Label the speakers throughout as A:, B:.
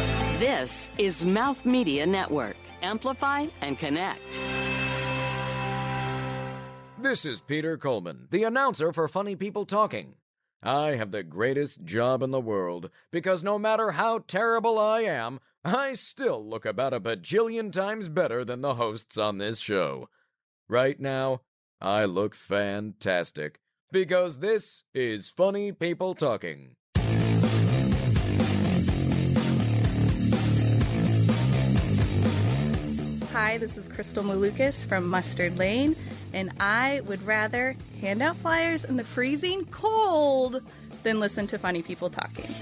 A: This is Mouth Media Network. Amplify and connect.
B: This is Peter Coleman, the announcer for Funny People Talking. I have the greatest job in the world because no matter how terrible I am, I still look about a bajillion times better than the hosts on this show. Right now, I look fantastic because this is Funny People Talking.
C: Hi, this is Crystal Malukas from Mustard Lane, and I would rather hand out flyers in the freezing cold than listen to funny people talking.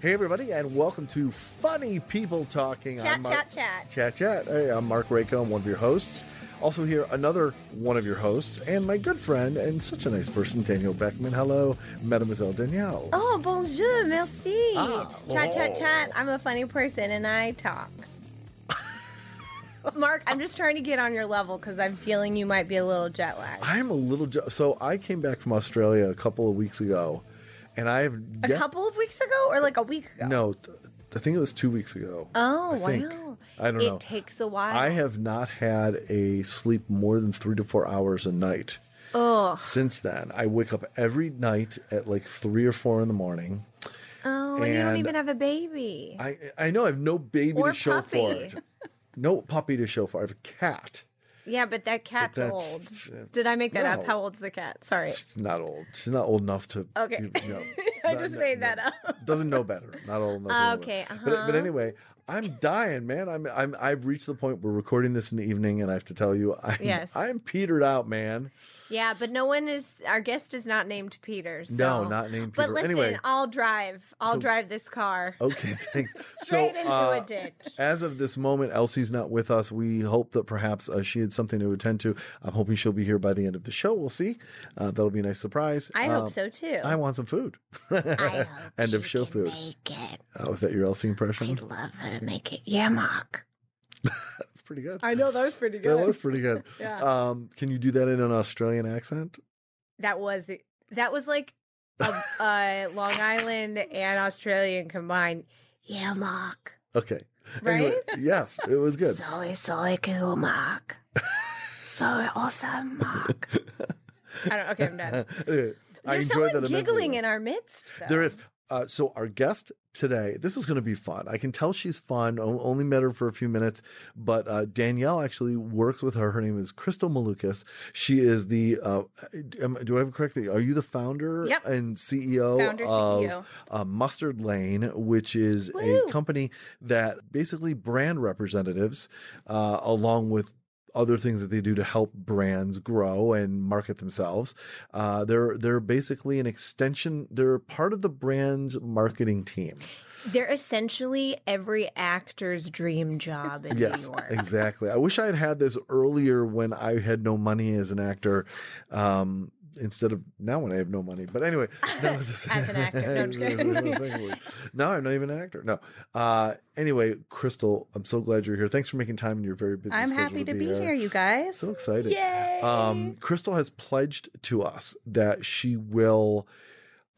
D: Hey, everybody, and welcome to Funny People Talking.
E: Chat,
D: I'm Mar-
E: chat, chat.
D: Chat, chat. Hey, I'm Mark Rayco. I'm one of your hosts. Also, here, another one of your hosts, and my good friend and such a nice person, Daniel Beckman. Hello, Mademoiselle Danielle.
E: Oh, bonjour, merci.
D: Ah,
E: chat, chat,
D: oh.
E: chat. I'm a funny person and I talk. Mark, I'm just trying to get on your level because I'm feeling you might be a little jet lagged.
D: I'm a little. Jo- so, I came back from Australia a couple of weeks ago, and I have.
E: A
D: yet-
E: couple of weeks ago or like a week ago?
D: No, th- I think it was two weeks ago.
E: Oh,
D: I think.
E: wow.
D: I don't
E: it
D: know.
E: takes a while.
D: I have not had a sleep more than three to four hours a night. Since then, I wake up every night at like three or four in the morning.
E: oh, and, you don't
D: and-
E: even have a baby.
D: I I know I have no baby
E: Or
D: to show for
E: puppy.
D: it. No puppy to show for. it. I have a cat.
E: yeah, but that cat's
D: that's- uh,
E: old. Did I make that
D: No.
E: up? How old's the cat? Sorry.
D: She's not old. She's not old enough to.
E: Okay.
D: know,
E: I
D: not-
E: just
D: not-
E: made
D: no.
E: that up.
D: Doesn't know better. Not old enough. to know
E: Okay,
D: better. But, but
E: uh-huh.
D: anyway, I'm dying, man. I'm I'm I've reached the point we're recording this in the evening, and I have to tell you, I'm,
E: Yes.
D: I'm petered out, man.
E: Yeah, but no one is. Our guest is not named Peter. So.
D: No, not named
E: But
D: Peter.
E: listen,
D: Anyway.
E: I'll drive. I'll drive this car
D: Okay, thanks.
E: straight into a
D: uh,
E: ditch.
D: As of this moment, Elsie's not with us. We hope that perhaps uh, she had something to attend to. I'm hoping she'll be here by the end of the show. We'll see. Uh, that'll be a nice surprise.
E: I
D: Um,
E: hope so too.
D: I want some food.
F: I hope
D: End
F: you
D: of show
F: can
D: food.
F: Make it.
D: Oh, is that your Elsie impression?
F: I'd love her to make it. Yeah, Mark.
D: That's pretty good.
E: I know that was pretty
D: That was pretty good.
E: Yeah.
D: um, can you do that in an Australian accent?
E: that was the, that was like a, a Long Island and Australian combined.
F: Yeah, Mark.
D: Okay.
E: Right?
D: yes, it was good.
F: Sorry, sorry, cool, Mark. so awesome, Mark.
E: I don't. Okay, I'm done.
D: Anyway, I
E: There's
D: enjoyed
E: someone
D: that immensely.
E: giggling in um our midst. Though.
D: There is. Uh, so our guest today, this is going to be fun. I can tell she's fun. O- only met her for a few minutes, but uh, Danielle actually works with her. Her name is Crystal Malukas. She is the. Uh, am, do I have it correctly? Are you the founder
E: Yep.
D: and E CEO
E: Founder,
D: of
E: CEO.
D: Uh, Mustard Lane, which is a
E: Woo.
D: company that basically brand representatives, uh, along with other things that they do to help brands grow and market themselves. Uh, they're they're basically an extension. They're part of the brand's marketing team.
E: They're essentially every actor's dream job in
D: Yes,
E: New York.
D: exactly. I wish I had had this earlier when I had no money as an actor. Um, instead of now when I have no money. But anyway, that was
E: As an actor. No, I'm just kidding.
D: now I'm not even an actor. No. Uh, anyway, Crystal, I'm so glad you're here. Thanks for making time in your very busy.
C: I'm
D: schedule
C: happy to be here, you guys.
D: So excited.
E: Yay!
D: Um, Crystal has pledged to us that she will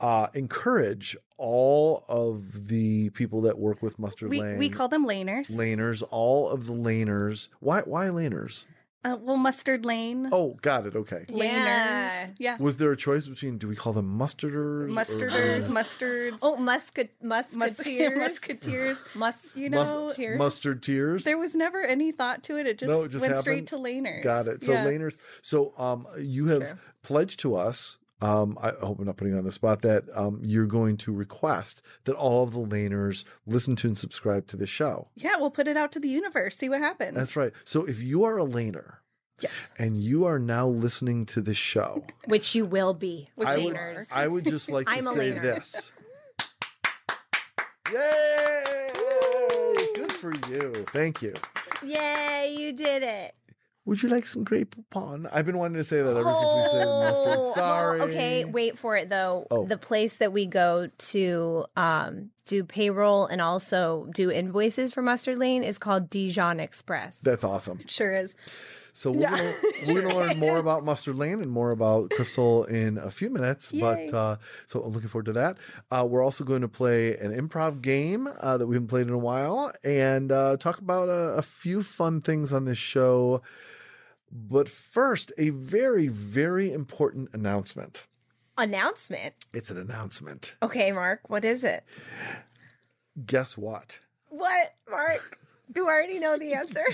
D: uh, encourage all of the people that work with Mustard
C: We,
D: Lane.
C: we call them laners.
D: laners, all of the laners. Why why laners?
C: Uh, well, mustard lane.
D: Oh, got it. Okay.
E: Yeah.
C: Laners. Yeah.
D: Was there a choice between do we call them mustarders? or
C: Mustarders,
D: laners?
C: mustards.
E: oh, musket, musketeers,
C: musketeers. musketeers.
E: Mus-
C: You
D: Mus-
C: know,
D: mustard tears.
C: there was never any thought to it. It just,
D: No, it just
C: went
D: happened.
C: straight to laners.
D: Got it. So
C: Yeah.
D: laners. So um, you have
E: True.
D: pledged to us. Um, I hope I'm not putting you on the spot that um, you're going to request that all of the laners listen to and subscribe to the show.
C: Yeah, we'll put it out to the universe, see what happens.
D: That's right. So if you are a laner
C: Yes.
D: and you are now listening to this show,
E: which you will be.
C: Which
D: I
C: you
D: would,
C: are.
D: I would just like to
E: I'm a
D: say
E: laner.
D: this. Yay! Good for you. Thank you.
E: Yay, you did it.
D: Would you like some grape pon? I've been wanting to say that ever since we said mustard.
E: Oh, well,
D: Sorry.
E: okay, wait for it though.
D: Oh.
E: The place that we go to um, do payroll and also do invoices for Mustard Lane is called Dijon Express.
D: That's awesome.
C: Sure is.
D: So we're
C: Yeah.
D: gonna, we're gonna learn more about Mustard Lane and more about Crystal in a few minutes.
C: Yay.
D: But uh, so I'm looking forward to that. Uh, we're also going to play an improv game uh, that we haven't played in a while and uh, talk about a, a few fun things on this show. But first, a very very important announcement.
E: Announcement.
D: It's an announcement.
E: Okay, Mark, what is it?
D: Guess what?
E: What, Mark? Do I already know the answer?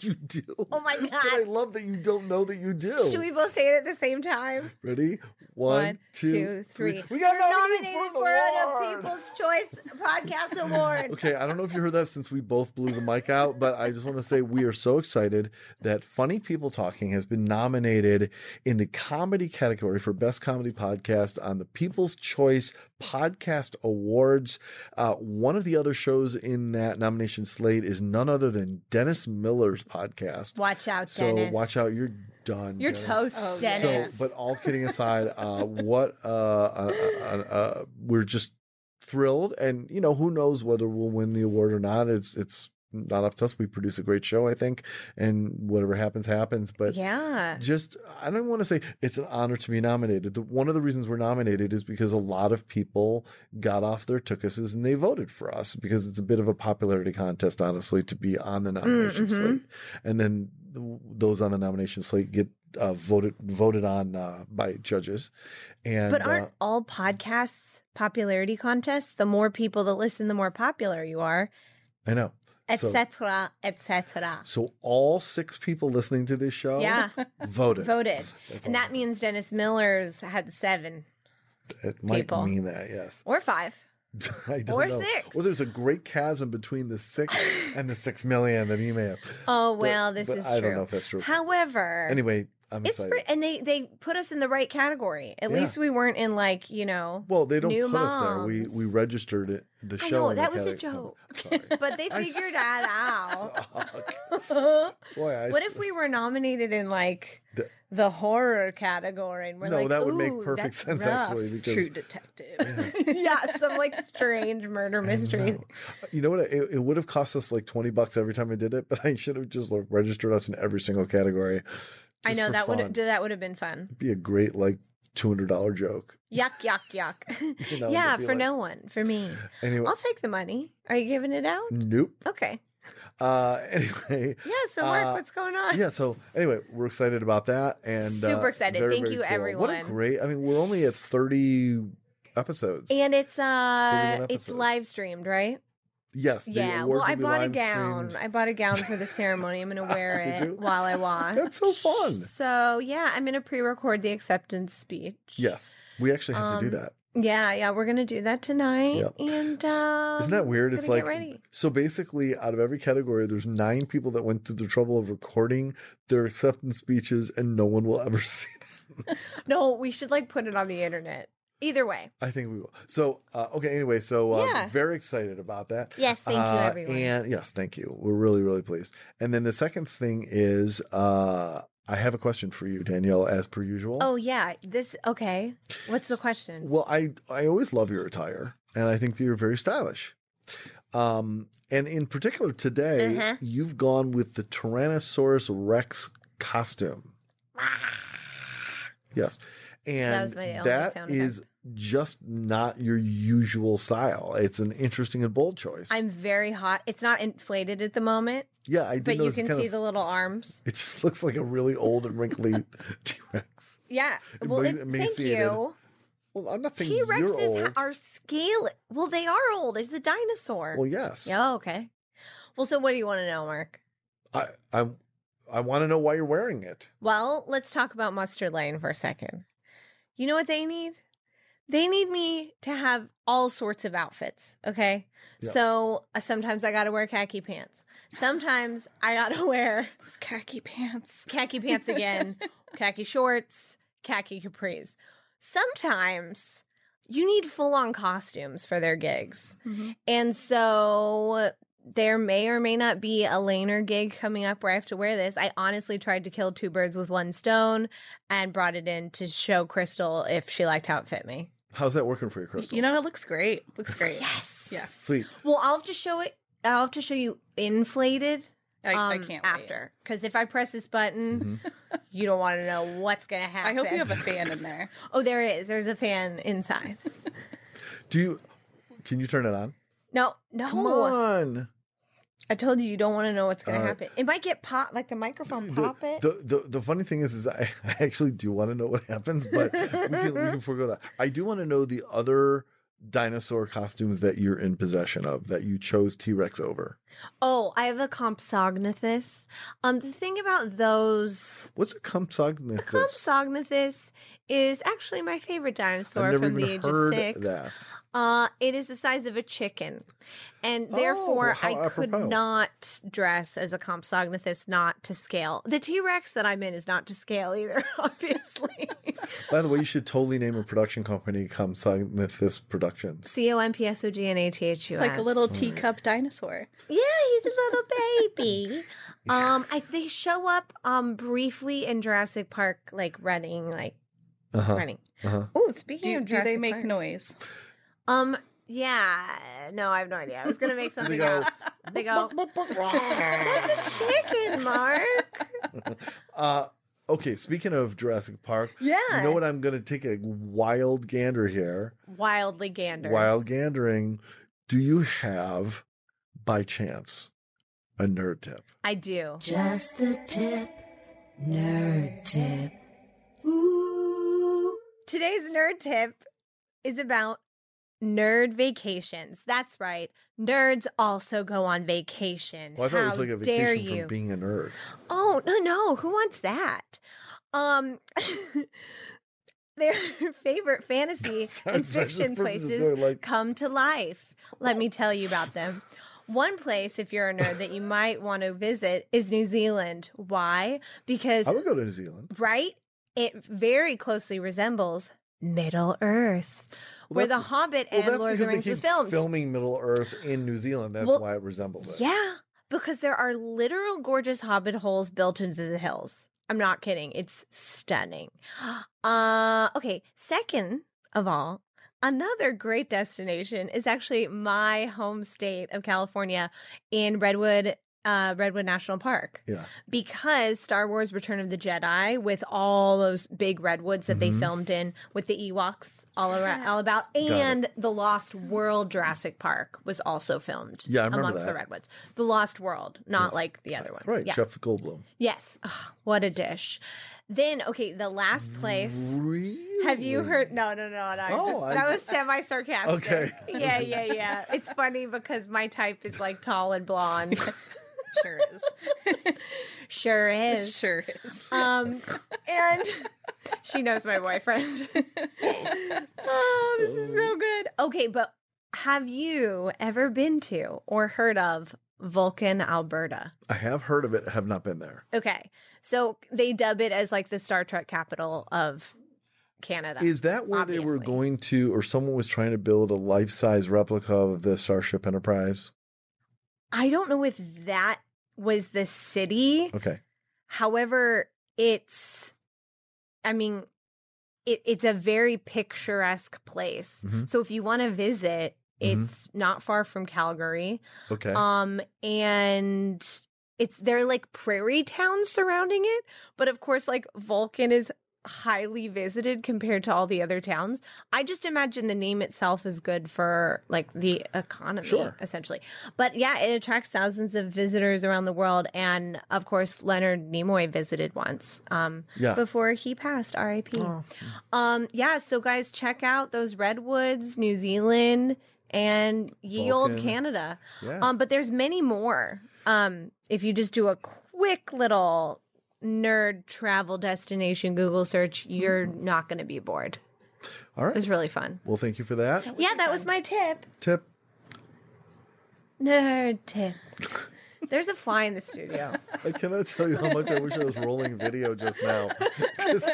D: you do.
E: Oh my
D: But I
E: God.
D: love that you don't know that you do.
E: Should we both say it at the same time?
D: Ready? One, two, three. We got nominated,
E: Nominated
D: for,
E: for
D: an
E: a People's Choice Podcast Award.
D: Okay, I don't know if you heard that since we both blew the mic out, but I just want to say we are so excited that Funny People Talking has been nominated in the comedy category for Best Comedy Podcast on the People's Choice Podcast Awards. Uh, one of the other shows in that nomination slate is none other than Dennis Miller's podcast.
E: Watch out,
D: so
E: Dennis.
D: watch out, you're done.
E: Your
D: Dennis.
E: toast,
C: Oh,
E: Dennis.
D: So, but all kidding aside, uh, what uh, uh, uh, uh, we're just thrilled, and you know, who knows whether we'll win the award or not? It's it's not up to us. We produce a great show, I think, and whatever happens, happens. But
E: yeah.
D: just I don't want to say it's an honor to be nominated. The, one of the reasons we're nominated is because a lot of people got off their tookuses and they voted for us because it's a bit of a popularity contest, honestly, to be on the nomination
E: mhm.
D: slate. And then th- those on the nomination slate get uh, voted voted on uh, by judges. And
E: But
D: uh,
E: aren't all podcasts popularity contests? The more people that listen, the more popular you are,
D: I know. So-
E: etc., etc.
D: So all six people listening to this show
E: Yeah,
D: voted.
E: voted,
D: That's
E: and that
D: awesome.
E: means Dennis Miller's had seven
D: it might
E: people.
D: mean that, yes.
E: or five.
D: I don't
E: Or
D: know.
E: six.
D: Well, there's a great chasm between the six and the six million that he may have.
E: Oh
D: But-
E: well, this
D: but
E: is
D: I
E: true.
D: don't know if that's true.
E: However,
D: anyway, I'm
E: it's
D: excited.
E: pre- and they they put us in the right category. At
D: Yeah.
E: least we weren't in like you know.
D: well, they don't
E: new
D: put us there. We we
E: moms.
D: registered it. The
E: I
D: show.
E: know
D: in the
E: that was a
D: category.
E: joke,
D: Sorry.
E: but they
D: I
E: figured that out.
D: Suck.
E: what
D: Boy, I
E: if
D: s-
E: we were nominated in like
D: The-
E: the, horror category? And we're
D: No,
E: like,
D: that would make
E: "Ooh,
D: perfect
E: that's
D: sense
E: rough."
D: actually because
C: True detective.
E: yeah, some like strange murder
D: I
E: mystery.
D: know. You know what? It, it would have cost us like twenty bucks every time I did it, but I should have just like registered us in every single category.
E: I
D: just
E: know
D: for
E: that would
D: fun.
E: that would have been fun.
D: be a great like two hundred dollar joke.
E: Yuck, yuck, yuck.
D: You know,
E: yeah,
D: it'd be
E: for
D: like-
E: no one, for me.
D: Anyway,
E: I'll take the money. Are you giving it out?
D: nope.
E: Okay.
D: Uh, anyway,
E: Yeah. So Mark,
D: Uh,
E: what's going on?
D: yeah so anyway we're excited about that and uh,
E: Super excited. Thank you,
D: what a
E: everyone.
D: great i mean we're only at 30 episodes
E: And it's uh,
D: an
E: it's
D: episode.
E: live streamed, right?
D: yes the
E: yeah.
D: awards
E: Well, I
D: will be
E: bought a
D: live
E: gown.
D: streamed.
E: I bought a gown for the ceremony. I'm gonna wear
D: Did
E: it
D: you?
E: while I watch.
D: that's so fun
E: So yeah, I'm gonna pre-record the acceptance speech.
D: yes we actually have to do
E: Um,
D: that
E: Yeah, yeah, we're gonna do that tonight.
D: Yep.
E: And
D: S-
E: um,
D: isn't that weird it's
E: gonna
D: like
E: get ready.
D: so basically out of every category there's nine people that went through the trouble of recording their acceptance speeches and no one will ever see them
E: No, we should like put it on the internet. Either way.
D: i think we will so uh, okay anyway so uh,
E: Yeah.
D: very excited about that
E: Yes, thank you,
D: Uh,
E: everyone.
D: And yes, thank you. We're really, really pleased. And then the second thing is, uh, I have a question for you, Danielle, as per usual.
E: oh yeah, this okay. What's the question?
D: Well, I I always love your attire, and I think that you're very stylish. Um, and in particular today,
E: Uh-huh.
D: you've gone with the Tyrannosaurus Rex costume. yes, and
E: was my only
D: that
E: sound effect.
D: is just not your usual style. It's an interesting and bold choice.
E: I'm very hot. It's not inflated at the moment,
D: yeah, I did
E: but you
D: notice it
E: can
D: kind
E: see
D: of-
E: the little arms.
D: It just looks like a really old and wrinkly T Rex.
E: Yeah. Well,
D: Emaci-
E: it, thank
D: emaciated.
E: you.
D: Well, I'm not saying
E: T
D: you're old.
E: Rexes are scale. Well, they are old. It's a dinosaur.
D: well, yes.
E: Yeah. Okay. Well, so what do you want to know, Mark?
D: I I, I want to know why you're wearing it.
E: Well, let's talk about Mustard Lane for a second. You know what they need? They need me to have all sorts of outfits, okay?
D: Yeah.
E: So uh, sometimes I gotta wear khaki pants. Sometimes I gotta wear
C: Those khaki pants.
E: khaki pants again, khaki shorts, khaki capris. Sometimes you need full on costumes for their gigs.
C: Mhm.
E: And so there may or may not be a laner gig coming up where I have to wear this. I honestly tried to kill two birds with one stone and brought it in to show Crystal if she liked how it fit me.
D: How's that working for you, Crystal?
C: You know, it looks great. Looks great.
E: Yes.
C: Yeah.
D: Sweet.
E: Well, I'll have to show it. I'll have to show you inflated
C: I, I
E: um,
C: can't wait. Mm-hmm.
E: after because if I press this button, you don't want to know what's gonna happen.
C: I hope you have a fan in there.
E: Oh, there is. There's a fan inside.
D: Do you? Can you turn it on?
E: No, no.
D: Come on.
E: I told you you don't want to know what's gonna
D: All right.
E: happen. It might get pop like the microphone
D: The,
E: pop it.
D: the, the the funny thing is, is I, I actually do want to know what happens, but we can, we can forego that. I do want to know the other dinosaur costumes that you're in possession of that you chose T Rex over.
E: oh, I have a compsognathus. Um, the thing about those
D: What's a compsognathus?
E: Compsognathus is actually my favorite dinosaur from the age of six.
D: that.
E: Uh, it is the size of a chicken, and therefore
D: Oh, how
E: I could
D: apropos.
E: not dress as a Compsognathus, not to scale. The T Rex that I'm in is not to scale either, obviously.
D: By the way, you should totally name a production company Compsognathus Productions.
E: C O M P S O G N A T H U
C: It's
E: S.
C: like a little teacup dinosaur.
E: Yeah, he's a little baby. um, I they show up um briefly in Jurassic Park, like running, like running. Oh, speaking
C: Do,
E: of
C: do
E: Jurassic
C: they make
E: Park.
C: noise?
E: Um. Yeah. No, I have no idea. I was gonna make something
D: go,
E: up. They go. That's a chicken, Mark.
D: Uh, okay, speaking of Jurassic Park,
E: Yeah.
D: you know what? I'm going to take a wild gander here.
E: Wildly gander.
D: Wild gandering. Do you have, by chance, a nerd tip?
E: I do.
F: Just the tip. Nerd tip.
E: Today's nerd tip is about nerd vacations. That's right. Nerds also go on vacation.
D: Well, I thought it was
E: How
D: like a
E: dare
D: vacation
E: you.
D: from being a nerd.
E: Oh, no, no. Who wants that? Um their favorite fantasy and
D: Sorry, this
E: fiction
D: person's
E: places
D: going like-
E: come to life. Let me tell you about them. One place, if you're a nerd, that you might want to visit is New Zealand. Why? Because
D: I would go to New Zealand.
E: right? It very closely resembles Middle Earth, where The
D: that's-
E: Hobbit
D: Well,
E: and
D: that's
E: Lord of the
D: because they
E: Rings
D: keep
E: was filmed.
D: filming Middle Earth in New Zealand. That's
E: Well,
D: why it resembles it.
E: Yeah, because there are literal gorgeous hobbit holes built into the hills. I'm not kidding. It's stunning. Uh, okay, second of all, another great destination is actually my home state of California in Redwood uh, Redwood National Park
D: Yeah.
E: because Star Wars Return of the Jedi with all those big redwoods that
D: Mm-hmm.
E: they filmed in with the Ewoks all around all about and the Lost World Jurassic Park was also filmed
D: Yeah, I remember
E: amongst the
D: that.
E: redwoods. The Lost World, not like the other ones.
D: Right.
E: Yeah.
D: Jeff Goldblum.
E: Yes. Ugh, what a dish. Then okay, the last place have you heard? No, no, no, no. I
D: Oh,
E: just-
D: I-
E: that was semi sarcastic.
D: Okay.
E: Yeah, yeah, yeah. It's funny because my type is like tall and blonde.
C: Sure is.
E: sure
C: It
E: is.
C: sure is.
E: Um, and she knows my boyfriend. oh, this is so good. Okay, but have you ever been to or heard of Vulcan, Alberta?
D: I have heard of it, have not been there.
E: Okay, so they dub it as like the Star Trek capital of Canada.
D: Is that where they were
E: obviously.
D: going to, or someone was trying to build a life size replica of the Starship Enterprise?
E: I don't know if that was the city.
D: Okay.
E: However, it's I mean, it, it's a very picturesque place.
D: Mhm.
E: So if you want to visit,
D: Mhm.
E: it's not far from Calgary.
D: Okay.
E: Um and it's they're like prairie towns surrounding it, but of course like Vulcan is highly visited compared to all the other towns. I just imagine the name itself is good for like the economy
D: Sure.
E: essentially. But yeah, it attracts thousands of visitors around the world and of course Leonard Nimoy visited once. Um
D: yeah. Oh.
E: before he passed RIP. Um yeah, so guys check out those redwoods, New Zealand and ye old
D: Vulcan.
E: Canada.
D: Yeah.
E: Um but there's many more. Um if you just do a quick little nerd travel destination Google search, you're
D: Mm-hmm.
E: not going to be bored.
D: All
E: It was
D: right.
E: really fun.
D: Well, thank you for that
E: Yeah, that was my tip.
D: tip.
E: Nerd tip. There's a fly in the studio.
D: I cannot tell you how much I wish I was rolling video just now. 'Cause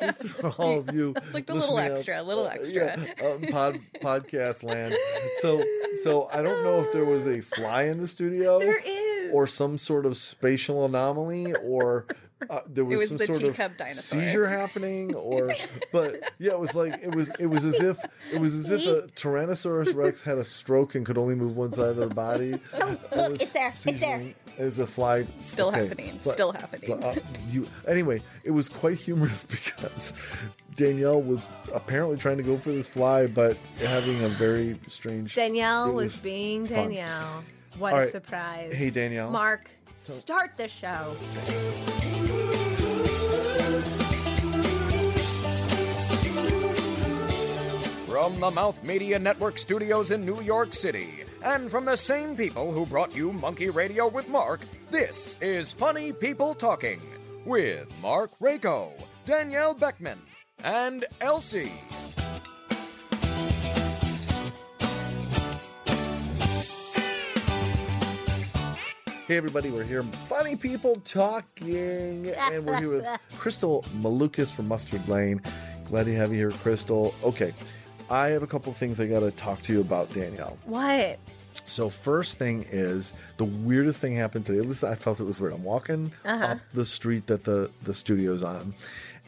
D: just for all of you,
C: Like the little
D: listening out-
C: extra, little
D: uh,
C: extra.
D: yeah, um, pod, podcast land. So, so I don't know if there was a fly in the studio.
E: There is.
D: or some sort of spatial anomaly, or uh, there was,
C: was
D: some
C: the
D: sort
C: teacup
D: of
C: dinosaur.
D: seizure happening, or but yeah, it was like it was it was as if it was as if a Tyrannosaurus Rex had a stroke and could only move one side of their body. It was
E: it's there, it's there.
D: seizuring. as a fly.
C: Still
D: okay,
C: happening.
D: fly-
C: Still happening.
D: uh, you anyway it was quite humorous because danielle was apparently trying to go for this fly but having a very strange
E: Danielle
D: it
E: was, being
D: fun.
E: Danielle. What
D: All
E: a
D: right.
E: surprise.
D: Hey, Danielle.
E: Mark, start the show.
B: From the Mouth Media Network studios in New York City, and from the same people who brought you Monkey Radio with Mark, this is Funny People Talking with Mark Rako, Danielle Beckman, and Elsie.
D: hey everybody we're here funny people talking and we're here with crystal malukas from mustard lane glad to have you here crystal okay i have a couple things i gotta talk to you about danielle
E: What?
D: So first thing is the weirdest thing happened today. At least I felt it was weird. I'm walking
E: Uh-huh.
D: up the street that the the studio's on,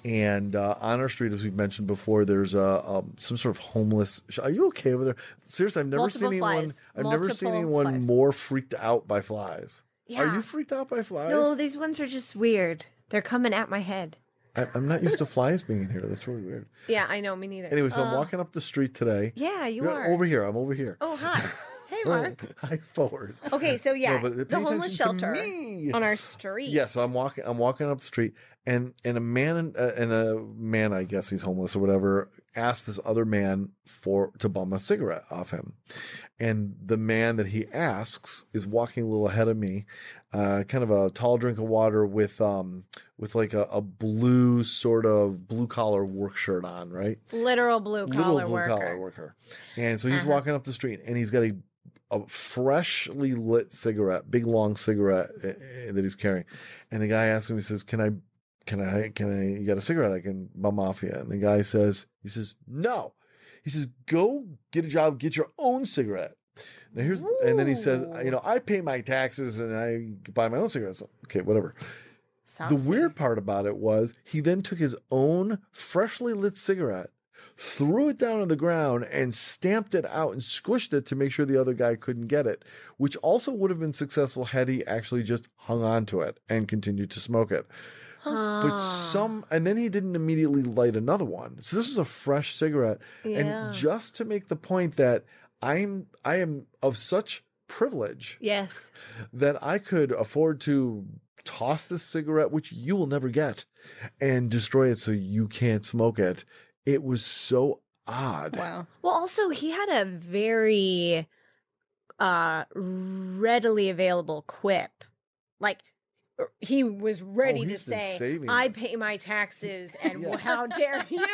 D: and uh, on our street, as we've mentioned before, there's a um, some sort of homeless. Are you okay over there? Seriously, I've never
E: Multiple
D: seen anyone.
E: flies.
D: I've never seen
E: Multiple
D: anyone
E: flies.
D: more freaked out by flies. Are
E: Yeah.
D: you freaked out by flies?
E: No, these ones are just weird. They're coming at my head.
D: I, I'm not used to flies being in here. That's really weird.
E: Yeah, I know. Me neither.
D: Anyway, so I'm
E: Uh,
D: walking up the street today.
E: Yeah, you
D: Yeah,
E: are.
D: over here. I'm over here.
E: Oh, hi. Hey, Mark.
D: eyes forward.
E: Okay, so yeah,
D: but pay
E: the homeless
D: attention to
E: shelter
D: me.
E: on our street.
D: Yeah, so I'm walking. I'm walking up the street, and and a man uh, and a man, I guess he's homeless or whatever, asked this other man for to bum a cigarette off him, and the man that he asks is walking a little ahead of me, uh, kind of a tall drink of water with um with like a, a blue sort of blue collar work shirt on, right?
E: literal blue
D: Little
E: collar
D: blue
E: worker.
D: collar worker, and so he's
E: Uh-huh.
D: walking up the street, and he's got a a freshly lit cigarette, big long cigarette eh, eh, that he's carrying. And the guy asks him, he says, "Can I, can I, can I? You got a cigarette? I can bum off you." And the guy says, "He says no." He says, "Go get a job, get your own cigarette." Now here's, and then he says,
E: Ooh.
D: "You know, I pay my taxes and I buy my own cigarettes." Okay, whatever. The
E: Saucy.
D: weird part about it was he then took his own freshly lit cigarette, threw it down on the ground, and stamped it out and squished it to make sure the other guy couldn't get it, which also would have been successful had he actually just hung on to it and continued to smoke it. But
E: Ah.
D: some, and then he didn't immediately light another one. So this was a fresh cigarette.
E: Yeah.
D: And just to make the point that I'm, I am of such privilege
E: Yes.
D: that I could afford to toss this cigarette, which you will never get, and destroy it so you can't smoke it. It was so odd.
C: Wow.
E: Well, also he had a very uh readily available quip. Like er, he was ready to
D: Oh, he's been
E: say,
D: saving
E: "I
D: this."
E: pay my taxes," and
D: Yeah.
E: how dare you?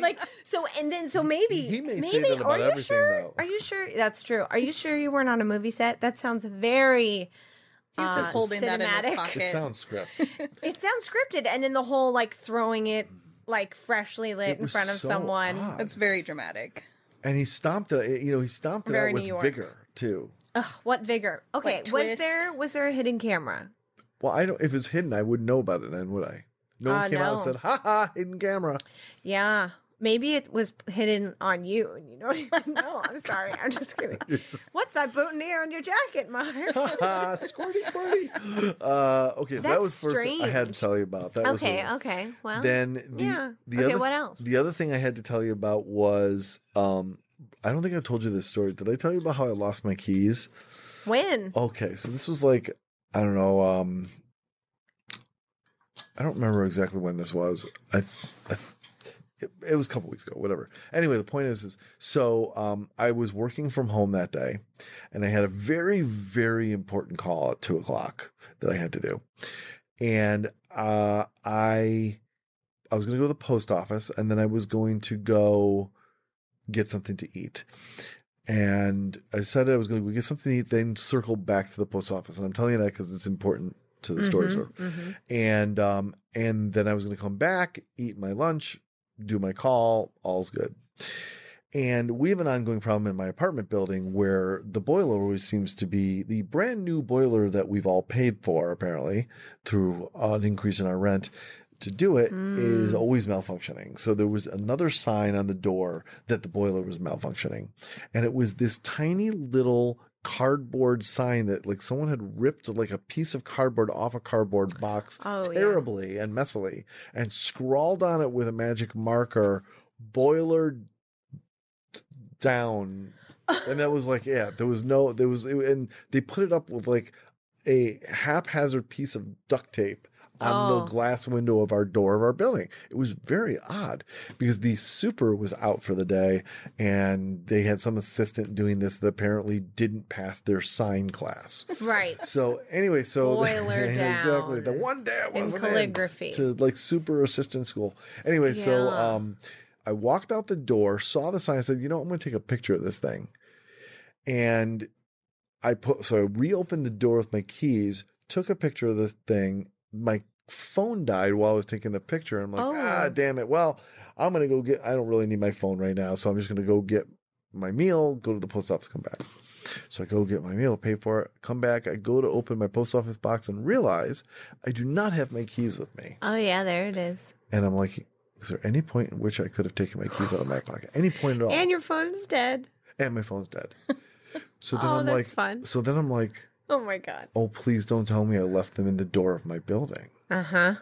E: Like so, and then so maybe
D: He may say
E: maybe
D: that about
E: are you
D: everything,
E: sure?
D: though.
E: Are you sure that's true? Are you sure you weren't on a movie set? That sounds very.
C: He's
E: uh,
C: just holding that in his
E: cinematic.
C: pocket.
D: It sounds script.
E: It sounds scripted, and then the whole like throwing it like freshly lit
D: It
E: in
D: was
E: front of
D: so
E: someone.
D: odd.
C: That's very dramatic.
D: and he stomped it. You know, he stomped it
E: Very
D: out
E: New
D: with
E: York.
D: vigor too.
E: Ugh, what vigor? Okay,
C: Like,
E: was
C: twist.
E: there was there a hidden camera?
D: Well, I don't. If it's hidden, I wouldn't know about it. Then would I? No one
E: Uh,
D: came out and
E: no.
D: said, "Ha ha, hidden camera."
E: Yeah. Maybe it was hidden on you and you don't even know. I'm sorry. I'm just kidding. What's that boutonniere on your jacket, Mark?
D: Ha ha, squirty, squirty. Uh, okay, so that
E: That's
D: was first. thing I had to
E: strange.
D: tell you about that. was
E: okay,
D: weird.
E: okay. Well
D: then the,
E: yeah.
D: the
E: Okay,
D: other
E: what else?
D: the other thing I had to tell you about was um I don't think I told you this story. Did I tell you about how I lost my keys?
E: when?
D: Okay, so this was like I don't know um I don't remember exactly when this was. I, I it, it was a couple weeks ago, whatever. Anyway, the point is is so um I was working from home that day and I had a very, very important call at two o'clock that I had to do. And uh I I was gonna go to the post office and then I was going to go get something to eat. And I decided I was gonna go get something to eat, then circle back to the post office. And I'm telling you that because it's important to
E: Mm-hmm,
D: the story. So and um and then I was going to come back, eat my lunch, do my call, all's good. And we have an ongoing problem in my apartment building where the boiler always seems to be the brand new boiler that we've all paid for apparently through an increase in our rent to do it is
E: Mm.
D: always malfunctioning. So there was another sign on the door that the boiler was malfunctioning and it was this tiny little cardboard sign that like someone had ripped like a piece of cardboard off a cardboard box
E: Oh, yeah.
D: terribly and messily and scrawled on it with a magic marker boiler d- down and that was like yeah there was no there was it, and they put it up with like a haphazard piece of duct tape on the
E: Oh.
D: glass window of our door of our building. It was very odd because the super was out for the day and they had some assistant doing this that apparently didn't pass their sign class.
E: Right.
D: So anyway, so
E: Boiler
D: exactly the
E: down.
D: one day I
E: In
D: wasn't
E: calligraphy.
D: to like super assistant school. Anyway, so
E: Yeah.
D: um, I walked out the door, saw the sign, said, "You know, what? I'm going to take a picture of this thing," and I put so I reopened the door with my keys, took a picture of the thing. My phone died while I was taking the picture. I'm like,
E: Oh.
D: ah, damn it. Well, I'm gonna go get. I don't really need my phone right now, so I'm just gonna go get my meal, go to the post office, come back. So I go get my meal, pay for it, come back. I go to open my post office box and realize I do not have my keys with me.
E: Oh yeah, there it is.
D: And I'm like, is there any point in which I could have taken my keys out of my pocket? Any point at all?
E: And your phone's dead.
D: And my phone's dead. So then
E: Oh,
D: I'm
E: that's
D: like,
E: fun.
D: so then I'm like,
E: Oh my god.
D: oh, please don't tell me I left them in the door of my building.
E: Uh huh.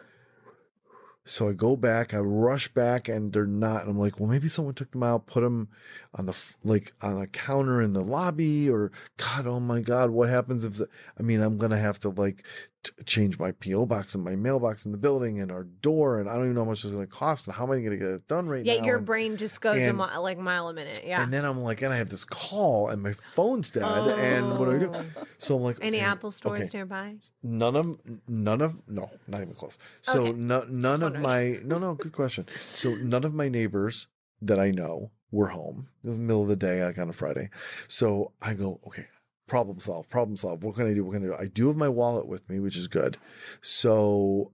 D: So I go back, I rush back, and they're not. And I'm like, well, maybe someone took them out, put them on the f- like on a counter in the lobby, or God, oh my God, what happens if? the- I mean, I'm gonna have to like t- change my PO box and my mailbox in the building and our door, and I don't even know how much it's gonna cost, and how am I gonna get it done right
E: Yeah,
D: now?
E: your
D: and-
E: brain just goes a
D: and-
E: mi- like mile a minute. Yeah.
D: And then I'm like, and I have this call, and my phone's dead, and what do I do?
E: Oh.
D: So I'm like,
E: Any
D: okay,
E: Apple stores
D: okay
E: nearby?
D: none of none of no not even close so
E: Okay.
D: no, none of
E: Wondering.
D: my no no good question so none of my neighbors that i know were home it was the middle of the day like on a friday so i go okay problem solve problem solve what can i do what can i do i do have my wallet with me which is good so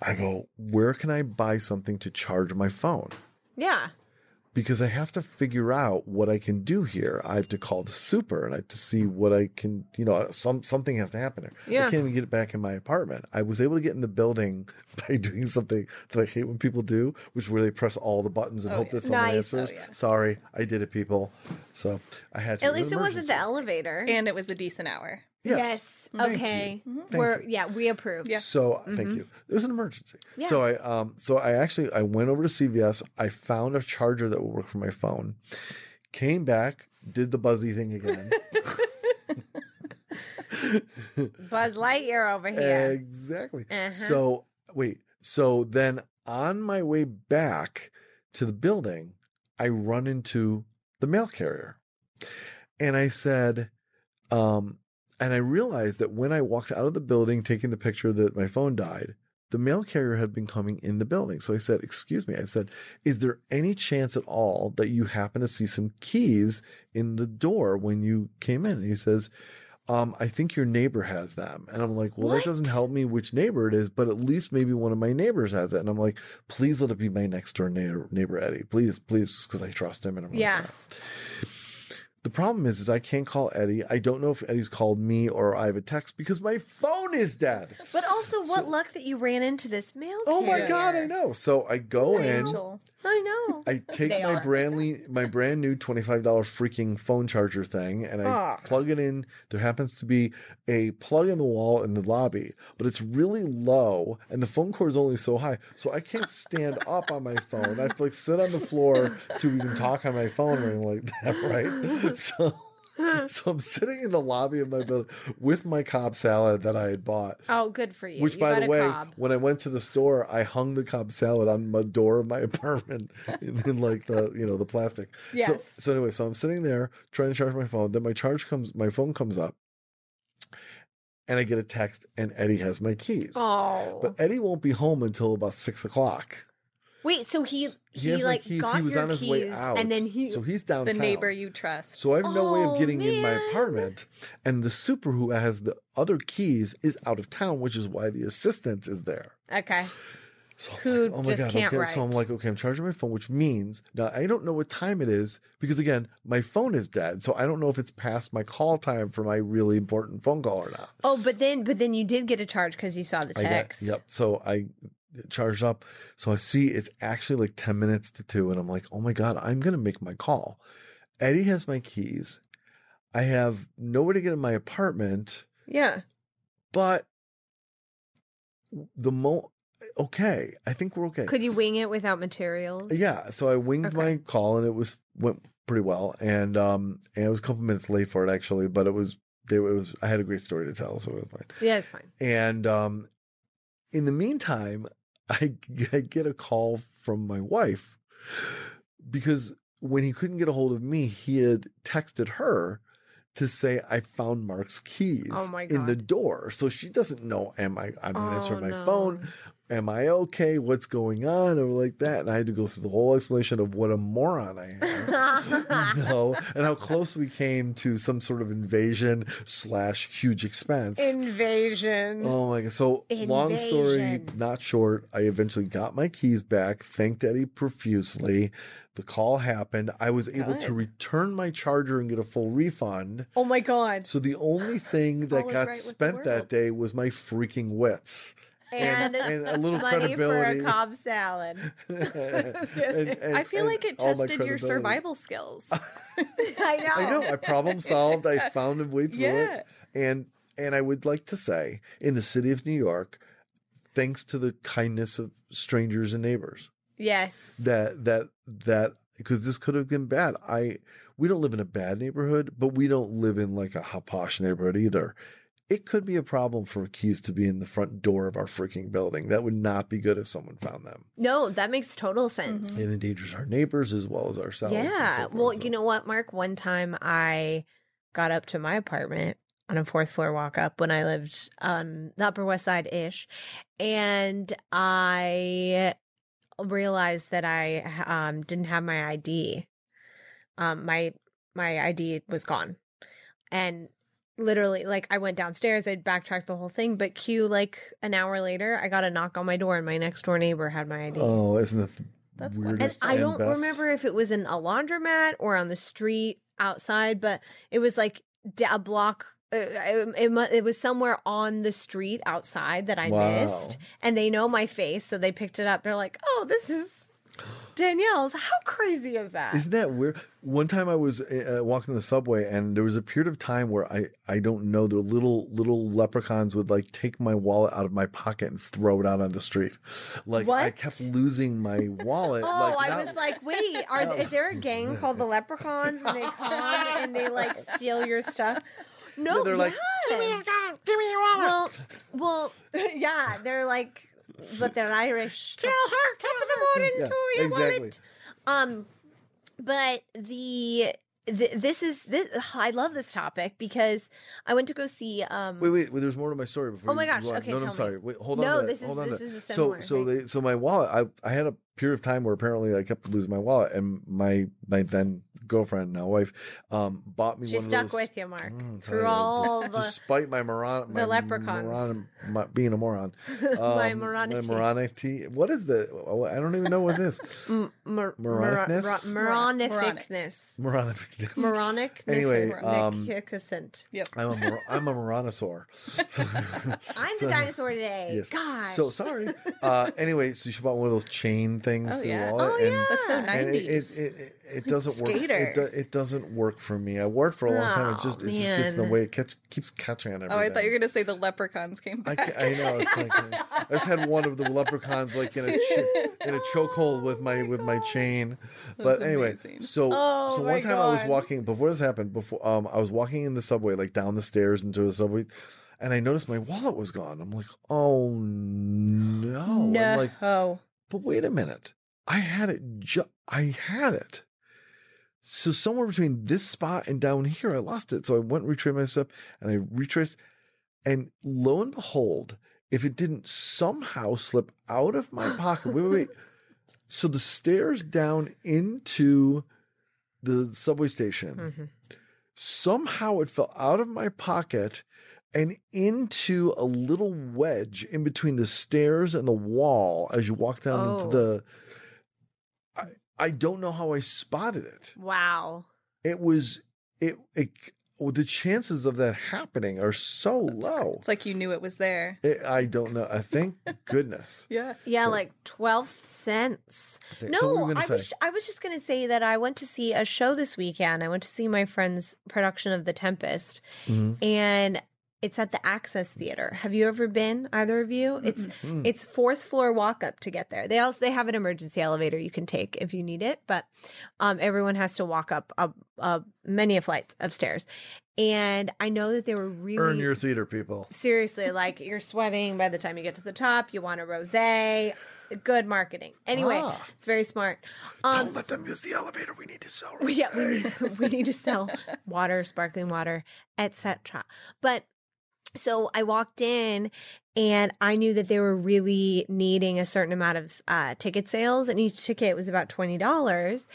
D: i go where can i buy something to charge my phone
E: Yeah.
D: because I have to figure out what I can do here. I have to call the super and I have to see what I can, you know, some something has to happen here. I
E: Yeah.
D: can't even get it back in my apartment. I was able to get in the building by doing something that I hate when people do, which where they press all the buttons and hope that someone
E: Oh, Nice.
D: answers. Sorry, I did it, people. So I had to.
E: At
D: it was
E: least
D: an
E: it wasn't the
D: emergency.
E: elevator.
C: And it was a decent hour.
E: Yes.
D: Thank
E: Okay.
D: you. Mm-hmm. Thank
E: We're
D: you.
E: yeah, Mm-hmm. we approve.
C: Yeah.
D: So thank you. It was an emergency. So I um so I actually I went over to CVS. I found a charger that would work for my phone. Came back, did the buzzy thing again.
E: Buzz Lightyear over
D: Uh,
E: here.
D: Exactly.
E: Uh-huh.
D: So wait. So then on my way back to the building, I run into the mail carrier. And I said, um, and I realized that when I walked out of the building taking the picture that my phone died, the mail carrier had been coming in the building. So I said, Excuse me. I said, Is there any chance at all that you happen to see some keys in the door when you came in? And he says, um, I think your neighbor has them. And I'm like, well, that doesn't help me which neighbor it is, but at least maybe one of my neighbors has it. And I'm like, please let it be my next door neighbor, neighbor Eddie. Please, please, just because I trust him. And I'm
E: Yeah.
D: like, "Ah." the problem is, is I can't call Eddie. I don't know if Eddie's called me or I have a text because my phone is dead.
E: But also what luck that you ran into this mail
D: Oh my
E: carrier.
D: God, I know. So I go in.
C: Angel.
E: I know.
D: I take
E: They
D: my
E: are.
D: brandly my brand new twenty five dollar freaking phone charger thing and
E: Ah.
D: I plug it in. There happens to be a plug in the wall in the lobby, but it's really low and the phone cord is only so high, so I can't stand up on my phone. I have to like sit on the floor to even talk on my phone or anything like that, right? So. So I'm sitting in the lobby of my building with my cob salad that I had bought,
E: oh, good for you.
D: which,
E: You
D: by
E: got
D: the
E: a
D: way,
E: cob.
D: when I went to the store, I hung the cob salad on my door of my apartment in, in, like the you know the plastic.
E: Yes.
D: So, so anyway, so I'm sitting there trying to charge my phone. Then my charge comes, my phone comes up, and I get a text, and Eddie has my keys.
E: Oh.
D: But Eddie won't be home until about six o'clock.
E: Wait, so he
D: He,
E: he,
D: has
E: like
D: my keys.
E: got
D: He was
E: your
D: on his
E: keys
D: way out,
E: and then he
D: so he's downtown.
C: The neighbor you trust.
D: So I have no way of
E: Oh,
D: getting in my
E: man.
D: apartment. And the super who has the other keys is out of town, which is why the assistant is there.
E: Okay.
D: So I'm
E: Who
D: like, oh my
E: just
D: God,
E: can't
D: okay. So I'm
E: write.
D: like, okay, I'm charging my phone, which means now I don't know what time it is because again, my phone is dead. So I don't know if it's past my call time for my really important phone call or not.
E: Oh, but then but then you did get a charge because you saw the
D: I got-
E: text.
D: yep. So I charged up. So I see it's actually like 10 minutes to two. And I'm like, oh my God, I'm going to make my call. Eddie has my keys. I have nowhere to get in my apartment,
E: Yeah.
D: but the mo okay, I think we're okay.
E: Could you wing it without materials?
D: Yeah, so I winged
E: Okay.
D: my call and it was went pretty well, and um, and it was a couple minutes late for it actually, but it was they it was I had a great story to tell, so it was fine.
E: Yeah, it's fine.
D: And um, in the meantime, I, I get a call from my wife because when he couldn't get a hold of me, he had texted her to say I found Mark's keys
E: Oh my
D: in the
E: God.
D: door. So she doesn't know am I I'm gonna answer
E: Oh,
D: my
E: no.
D: phone. Am I okay? What's going on? Or like that. And I had to go through the whole explanation of what a moron I am no, and how close we came to some sort of invasion slash huge expense.
E: Invasion.
D: Oh my god! So long story,
E: Invasion.
D: not short. I eventually got my keys back. Thanked Eddie profusely. The call happened. I was able to
E: Good.
D: return my charger and get a full refund.
E: Oh my god.
D: So the only thing that
E: All is
D: got
E: right with the
D: spent that
E: world.
D: day was my freaking wits
E: And,
D: and a little
E: money for
D: credibility.
E: a cob salad. kidding.
C: I feel
D: and
C: like it
D: all my
C: tested
D: credibility.
C: your survival skills.
E: I know.
D: I know. I problem solved. I found a way through
C: Yeah.
D: it. And and I would like to say, in the city of New York, thanks to the kindness of strangers and neighbors.
E: Yes.
D: that that that because this could have been bad. I we don't live in a bad neighborhood, but we don't live in like a hot posh neighborhood either. It could be a problem for keys to be in the front door of our freaking building. That would not be good if someone found them.
E: no, that makes total sense.
D: It endangers our neighbors as well as ourselves. and so
E: Mm. Yeah.
D: forth,
E: Well,
D: so-
E: you know what, Mark? One time I got up to my apartment on a fourth floor walk up when I lived on the Upper West Side ish. And I realized that I um, didn't have my ID. Um, my my ID was gone. And literally like I went downstairs, I backtracked the whole thing, but Q like an hour later, I got a knock on my door and my next door neighbor had my ID.
D: Oh, isn't that the
C: That's wonderful.
E: And
D: weirdest?
E: I don't
D: best?
E: remember if it was in a laundromat or on the street outside, but it was like d- a block. uh, It, it, mu- it was somewhere on the street outside that I
D: Wow.
E: missed, and they know my face, so they picked it up. They're like, "Oh, this is Danielle's. How crazy is that?"
D: Isn't that weird? One time I was uh, walking the subway, and there was a period of time where I I don't know the little little leprechauns would like take my wallet out of my pocket and throw it out on the street. Like I
E: What?
D: kept losing my wallet.
E: Oh, I
D: like, not-
E: was like, wait, are, is there a gang called the Leprechauns and they come and they like steal your stuff? No,
D: they're like,
E: give me your phone, give me your wallet. "Oh, Well, well, yeah, they're like, but they're Irish. Kill her, top of the morning
D: Yeah, exactly.
E: Um, but the. th- This is this. I love this topic because I went to go see. Um,
D: Wait, wait, wait, there's more to my story before.
E: Oh my
D: you
E: gosh,
D: go on.
E: okay,
D: no, no,
E: tell
D: I'm
E: me.
D: sorry. Wait, hold on.
E: No,
D: to that.
E: this is-
D: hold on to
E: this
D: that.
E: is a
D: so
E: similar
D: so
E: thing.
D: they so my wallet. I I had a period of time where apparently I kept losing my wallet, and my my then girlfriend now wife um bought me
E: she
D: one of
E: stuck
D: those.
E: with you, Mark,
D: Mm, I'll tell
E: through
D: you,
E: all
D: des-
E: the
D: despite my moron,
E: the
D: my
E: leprechauns.
D: moron- my- being a moron,
E: my
D: Um,
E: moronity.
D: my moronity. What is the? oh, I don't even know what it is.
E: M- mor- mor-
D: Moronicness?
E: mor-
C: Moronic.
E: Moronificness.
D: Moronicness.
E: Moronic.
D: Anyway, um,
E: Nificusant.
D: I'm a mor- I'm a moronosaur. So-
E: I'm
D: so-
E: the dinosaur today.
D: Yes.
E: Gosh.
D: um, So sorry. Uh, anyway, so she bought one of those chain things
C: Oh,
D: for
C: yeah.
D: the wallet.
E: Oh,
D: and,
C: That's so
E: Yeah.
D: and it,
C: 90s.
D: it, it, it, it doesn't work.
F: Skater.
D: It, do- it doesn't work for me. I wore it for a long time. It
E: Oh,
D: just it just gets in the
E: man.
D: way. It catch, keeps catching on everything.
C: oh, I thought you were going to say the leprechauns came
D: I,
C: back.
D: ca- I know. It's like uh, I just had one of the leprechauns like in a ch- in a chokehold with my, with my chain. But anyway,
C: amazing.
D: so
E: Oh
D: so
E: my
D: one time I was
E: God.
D: walking before this happened. Before um, I was walking in the subway, like down the stairs into the subway, and I noticed my wallet was gone. I'm like, oh no!
E: no.
D: oh, I'm like, but wait a minute, I had it. Ju- I had it. So somewhere between this spot and down here, I lost it. So I went and retraced my step, and I retraced, and lo and behold, if it didn't somehow slip out of my pocket, wait, wait, wait. So the stairs down into the subway station,
E: Mhm.
D: somehow it fell out of my pocket and into a little wedge in between the stairs and the wall as you walk down
E: Oh.
D: into the. I, I don't know how I spotted it.
E: Wow.
D: It was it it the chances of that happening are so low.
C: It's like you knew it was there.
D: It- I don't know. I thank goodness.
C: Yeah.
E: Yeah, like 12 cents.
D: think-
E: no,
D: so what were you
E: I,
D: gonna
E: was,
D: say?
E: I was just going to say that I went to see a show this weekend. I went to see my friend's production of The Tempest,
D: Mm-hmm.
E: and it's at the Access Theater. Have you ever been, either of you? It's it's fourth floor walk up to get there. They also they have an emergency elevator you can take if you need it, but um, everyone has to walk up, up, up many a flight of stairs. And I know that they were really
D: Earn your theater, people.
E: Seriously, like you're sweating by the time you get to the top. You want a rosé. Good marketing. Anyway,
D: Ah.
E: it's very smart. Um,
D: let them use the elevator. We need to sell.
E: we, yeah, we need, we need to sell water, sparkling water, etc. But so I walked in and I knew that they were really needing a certain amount of uh, ticket sales, and each ticket was about twenty dollars.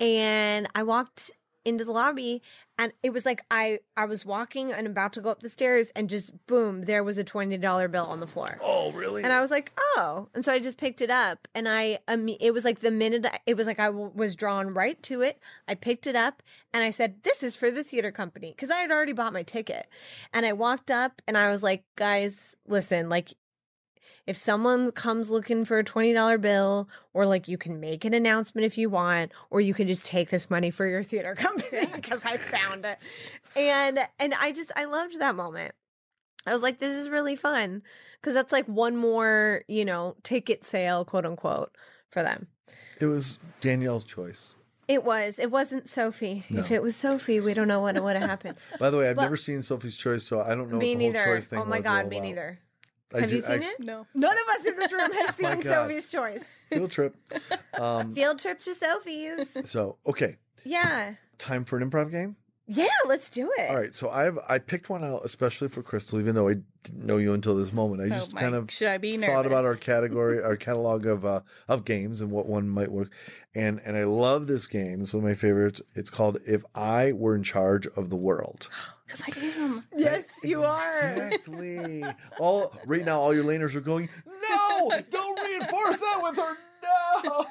E: And I walked into the lobby, and it was like I I was walking and about to go up the stairs, and just boom, there was a twenty dollar bill on the floor.
D: Oh, really?
E: And I was like, oh. And so I just picked it up. And I, um, it was like the minute, I, it was like I w- was drawn right to it. I picked it up and I said, this is for the theater company because I had already bought my ticket. And I walked up and I was like, guys, listen, like, if someone comes looking for a $20 bill, or like you can make an announcement if you want, or you can just take this money for your theater company because I found it. And, and I just, I loved that moment. I was like, this is really fun because that's like one more, you know, ticket sale, quote unquote, for them.
D: it was Danielle's choice.
E: It was. It wasn't Sophie. If it was Sophie, we don't know what would have happened.
D: By the way, I've
E: But-
D: never seen Sophie's Choice, so I don't know.
E: me
D: what the whole
E: neither.
D: Choice thing
E: Oh my
D: was
E: god,
D: all
E: me
D: about.
E: neither.
D: I
E: have
D: do-
E: you seen
D: I-
E: it?
C: No.
E: None of us in this room has
D: My
E: seen
D: God.
E: Sophie's Choice.
D: Field trip. Um,
E: Field trip to Sophie's.
D: so okay,
E: Yeah.
D: time for an improv game.
E: Yeah, let's do it.
D: All right, so I've I picked one out especially for Crystal, even though I didn't know you until this moment. I
C: Oh,
D: just kind
C: Mike,
D: of
C: should I be
D: thought about our
C: nervous?
D: category, our catalog of uh, of games and what one might work. And and I love this game. It's one of my favorites. It's called If I Were in Charge of the World.
C: Because I am.
E: Yes, you are.
D: Exactly. all right now, all your laners are going. No, don't reinforce that with her.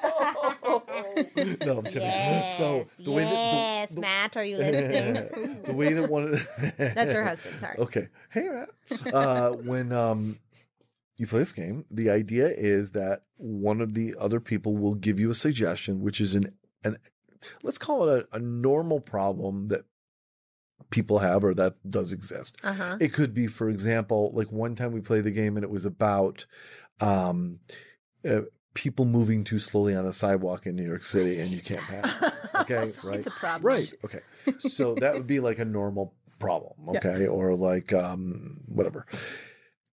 D: No, no, I'm kidding.
E: Yes,
D: so the way that
E: yes,
D: the, the,
E: Matt, are you listening?
D: the way that one
E: That's her husband. Sorry.
D: Okay. Hey, Matt. Uh, when um, you play this game, the idea is that one of the other people will give you a suggestion, which is an an let's call it a, a normal problem that people have or that does exist.
E: Uh huh.
D: It could be, for example, like one time we played the game and it was about um, uh, people moving too slowly on the sidewalk in New York City, and you can't pass. Okay, right.
E: It's a problem.
D: Right. Okay. So that would be like a normal problem,
C: Yeah.
D: okay? Or like um whatever.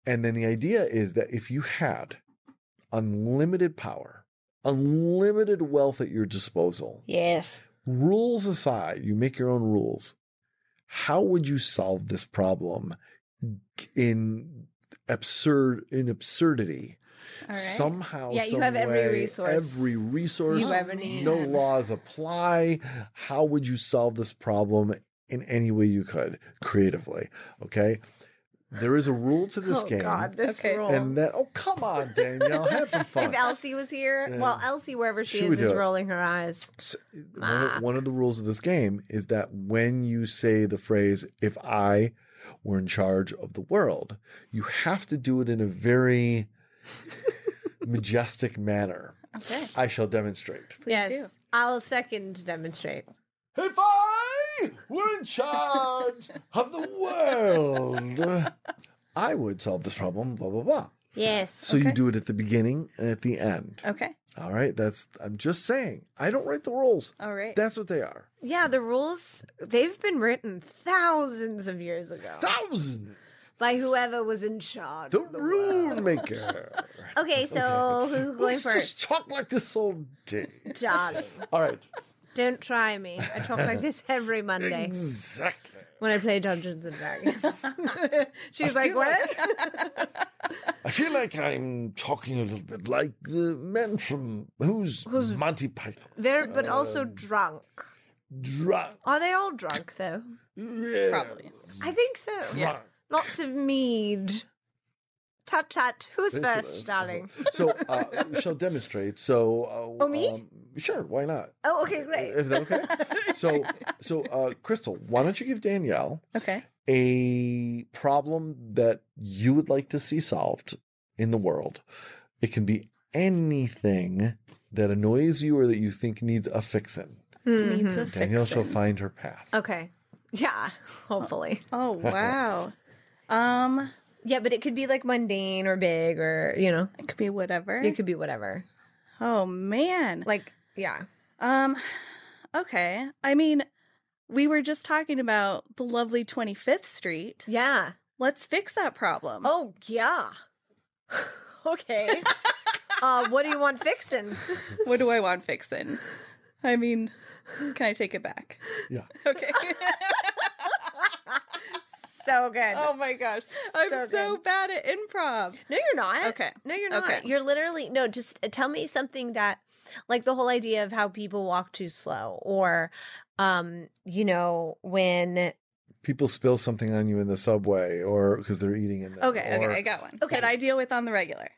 D: And then the idea is that if you had unlimited power, unlimited wealth at your disposal,
E: Yes.
D: rules aside, you make your own rules. How would you solve this problem in absurd in absurdity?
C: All right.
D: Somehow,
E: Yeah, you
D: some
E: have every
D: way,
E: resource
D: Every resource
E: you ever need.
D: no laws apply. How would you solve this problem in any way you could creatively? Okay. There is a rule to this
E: oh
D: game.
E: God, this
C: Okay.
E: rule.
D: And that, oh, come on, Danielle, have some fun.
E: If Elsie was here,
D: Yeah.
E: well, Elsie, wherever she,
D: She
E: is,
D: would
E: is
D: do it.
E: rolling her eyes.
D: S- one, of, one of the rules of this game is that when you say the phrase, if I were in charge of the world, you have to do it in a very majestic manner.
C: Okay.
D: I shall demonstrate.
C: Please do.
E: I'll second to demonstrate.
D: If I were in charge of the world, I would solve this problem, blah, blah, blah.
E: Yes.
D: So you
C: Okay.
D: do it at the beginning and at the end.
C: Okay.
D: All right. That's, I'm just saying, I don't write the rules.
C: All right.
D: That's what they are.
E: Yeah, the rules, they've been written thousands of years ago
D: Thousands.
E: by whoever was in charge.
D: The
E: of the
D: rule
E: world.
D: maker.
E: Okay, so who's going
D: Let's
E: first?
D: just talk like this all day.
E: Darling,
D: All right.
E: don't try me. I talk like this every Monday
D: Exactly.
E: when I play Dungeons and Dragons. She's
D: I
E: like,
D: feel
E: what?
D: I feel like I'm talking a little bit like the man from who's, who's Monty Python.
E: Very, but also
D: Um.
E: drunk.
D: Drunk.
E: Are they all drunk, though?
D: Yeah.
C: Probably.
E: I think so.
D: Drunk.
E: Lots of mead. Tut tut. Who's
D: That's-
E: first,
D: that's-
E: darling?
D: So uh, shall demonstrate. So uh,
E: Oh, me?
D: um, sure, why not?
E: Oh, okay, great.
D: Is that okay? so so uh, Crystal, why don't you give Danielle
C: Okay.
D: a problem that you would like to see solved in the world? It can be anything that annoys you or that you think needs a fixin.
E: Mm-hmm.
C: Needs a
D: Danielle shall
C: fixin'.
D: find her path.
E: Okay. Yeah, hopefully.
C: Oh wow. um,
E: Yeah, but it could be like mundane or big or, you know,
C: it could be whatever.
E: it could be whatever.
C: oh man.
E: Like, yeah.
C: Um, okay. I mean, we were just talking about the lovely 25th Street.
E: Yeah.
C: Let's fix that problem.
E: Oh, yeah. okay. uh, what do you want fixing?
C: what do I want fixing? I mean, can I take it back?
D: Yeah.
C: Okay.
E: So good.
C: oh my gosh. I'm so, Eh?
E: So good.
C: bad at improv.
E: No, you're not.
C: Okay.
E: No, you're not.
C: Okay.
E: You're literally no. Just uh, tell me something that, like the whole idea of how people walk too slow, or, um, you know, when
D: People spill something on you in the subway or because they're eating in the
C: Okay,
D: or-
C: okay, I got one.
E: Okay.
C: That I deal with on the regular.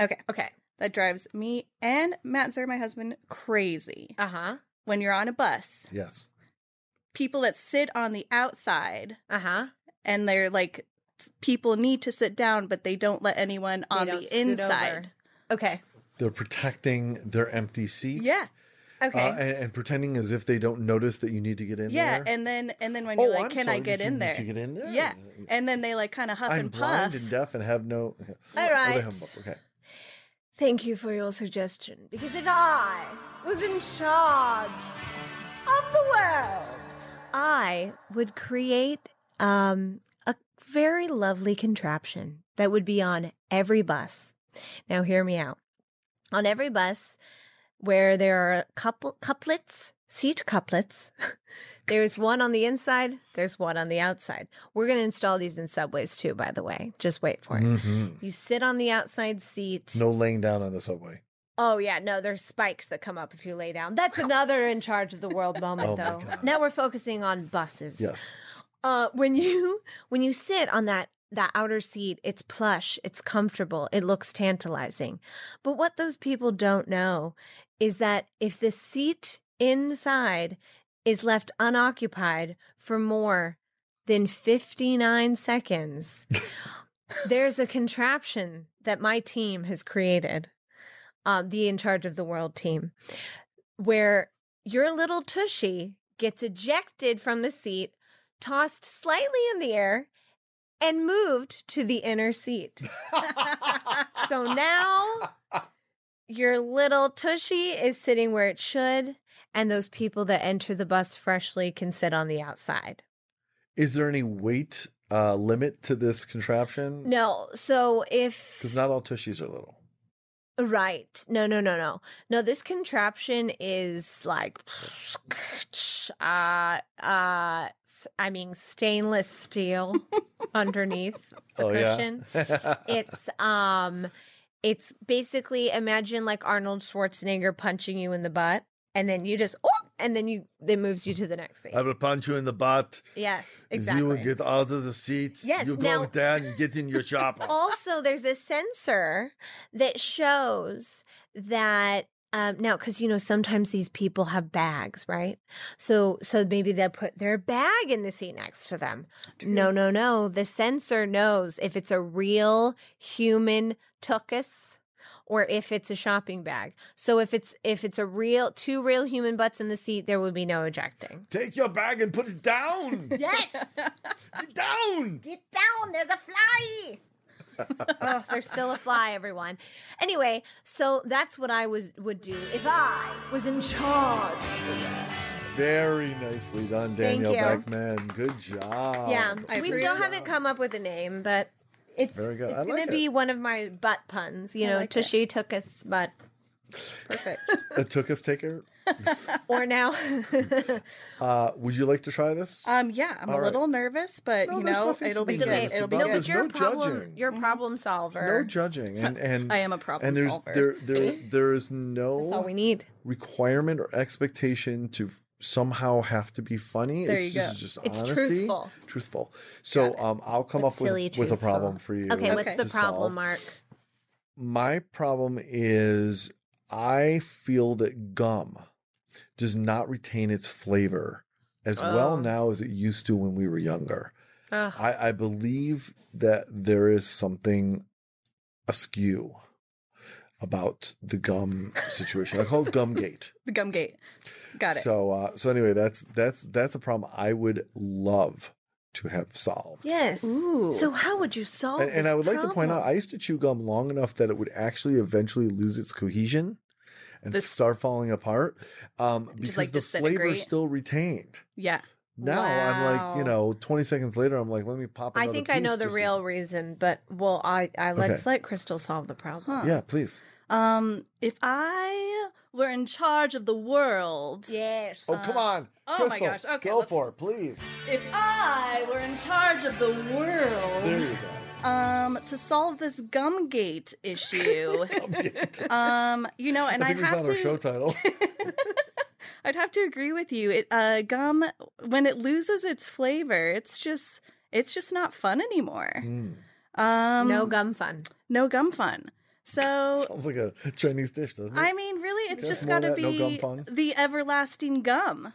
C: Okay.
E: okay,
C: That drives me and Matt Zer, my husband, crazy.
E: uh huh,
C: When you're on a bus,
D: Yes.
C: people that sit on the outside
E: uh huh,
C: and they're like s- people need to sit down but they don't let anyone on the inside
E: Okay,
D: They're protecting their empty seat.
C: yeah
E: okay,
D: Uh, and, and pretending as if they don't notice that you need to get in
C: yeah
D: there. Oh,
C: and then and then when you're like
D: I'm
C: can i
D: sorry,
C: get
D: did you
C: in
D: need
C: there
D: to get in there?
C: yeah and then they like kind of huff
D: I'm
C: and
D: blind
C: puff
D: and deaf and have no. Okay.
E: All
D: Oh, they
E: right.
D: have both. Okay.
F: Thank you for your suggestion.
E: because if I was in charge of the world, I would create um, a very lovely contraption that would be on every bus. Now, hear me out. On every bus where there are couple couplets, seat couplets, there's one on the inside, there's one on the outside. We're going to install these in subways too, by the way. Just wait for it.
D: Mhm.
E: You sit on the outside seat.
D: No laying down on the subway.
E: Oh yeah, no, there's spikes that come up if you lay down. That's another in charge of the world moment
D: Oh, my
E: though.
D: God.
E: Now we're focusing on buses.
D: Yes.
E: Uh when you when you sit on that that outer seat, it's plush, it's comfortable, it looks tantalizing. But what those people don't know is that if the seat inside is left unoccupied for more than 59 seconds, there's a contraption that my team has created, um, the In Charge of the World team, where your little tushy gets ejected from the seat, tossed slightly in the air, and moved to the inner seat. so now your little tushy is sitting where it should, and those people that enter the bus freshly can sit on the outside.
D: Is there any weight uh, limit to this contraption?
E: No, so if
D: Hmm. Because not all tushies are little.
E: Right. No, no, no, no. No, this contraption is like uh uh s- I mean stainless steel underneath the cushion.
D: Oh, yeah.
E: It's um it's basically imagine like Arnold Schwarzenegger punching you in the butt and then you just oh, and then you it moves you to the next seat.
D: I will punch you in the butt.
E: Yes,
D: If you
E: exactly.
D: will get out of the seat,
E: Yes,
D: you go
E: now-
D: down and get in your chopper.
E: also there's a sensor that shows that um now because you know sometimes these people have bags right so so maybe they'll put their bag in the seat next to them no no no the sensor knows if it's a real human tuchus or if it's a shopping bag so if it's if it's a real two real human butts in the seat there would be no ejecting
D: Take your bag and put it down.
E: yes
D: Get down.
E: Get down, there's a fly. oh, there's still a fly, everyone. Anyway, so that's what I was would do if I was in charge.
D: Very nicely done,
E: Thank
D: Danielle
E: you.
D: Beckman. Good job.
E: yeah.
C: I
E: we
C: agree.
E: still haven't come up with a name, but it's
D: Very good.
E: it's
D: I
E: gonna
D: like
E: be
D: it.
E: one of my butt puns. You
C: I
E: know,
C: like it.
E: Tushy took us butt.
C: perfect
D: It took us taker.
E: Or now
D: Uh, would you like to try this?
C: um yeah i'm
D: All
C: a
D: right.
C: little nervous but
D: No,
C: you
D: there's
C: know
D: nothing to
C: it'll be
D: be
C: good
D: nervous
C: it'll be
D: about.
C: good
D: There's
E: you're
D: no
E: a problem
D: judging.
E: you're a problem
D: no
E: solver.
D: judging, and and
C: I am a problem
D: and there's
C: solver.
D: there there
C: See?
D: there is
E: that's all
D: no
E: we need.
D: requirement or expectation to somehow have to be funny.
C: There
D: it's
C: you
D: just,
C: go.
D: it's just
E: It's
D: honesty,
E: truthful.
D: truthful. So um, I'll come
F: But
D: up with,
F: silly
D: with a
F: truthful.
D: problem for you.
E: Okay, what's
C: Okay.
E: the
D: to
E: problem,
D: solve.
E: Mark?
D: My problem is I feel that gum does not retain its flavor as well
E: Oh.
D: now as it used to when we were younger.
E: Ugh.
D: I, I believe that there is something askew about the gum situation. I call it gumgate.
C: The Gumgate. Got it.
D: So uh, so anyway, that's that's that's a problem I would love to have solved.
E: Yes.
C: Ooh.
F: So how would you
C: Oh,
F: solve
D: And, and
F: this
D: I would like to point out,
F: problem?
D: I used to chew gum long enough that it would actually eventually lose its cohesion and
C: This-
D: start falling apart um, because
C: like,
D: the flavor
C: disintegrate?
D: is still retained.
C: yeah.
D: Now I'm like, you
E: Wow.
D: know, 20 seconds later, I'm like, let me pop.
E: I
D: another
E: think I know
D: piece
E: the
D: just to-
E: real reason, but well, I, I let's
D: Okay.
E: let Crystal solve the problem.
C: Huh.
D: Yeah, please.
C: Um, if I were in charge of the world,
E: Yes.
D: Oh come on,
C: oh my
D: Crystal,
C: gosh, okay,
D: go
C: let's-
D: for it, please.
C: if I were in charge of the
D: There
C: world,
D: you
C: um, to solve this Gumgate
D: go.
C: issue,
D: Gumgate.
C: um, you know, and
D: I
C: I'd
D: think we
C: have
D: found our show
C: to,
D: title.
C: I'd have to agree with you. It, uh, gum, when it loses its flavor, it's just, it's just not fun anymore.
D: Mm.
C: Um,
E: no gum fun.
C: no gum fun. So
D: Sounds like a Chinese dish, doesn't it?
C: I mean, really, it's
D: Yeah.
C: just
D: More
C: got to
D: that, no
C: be
D: gum fun.
C: the everlasting gum.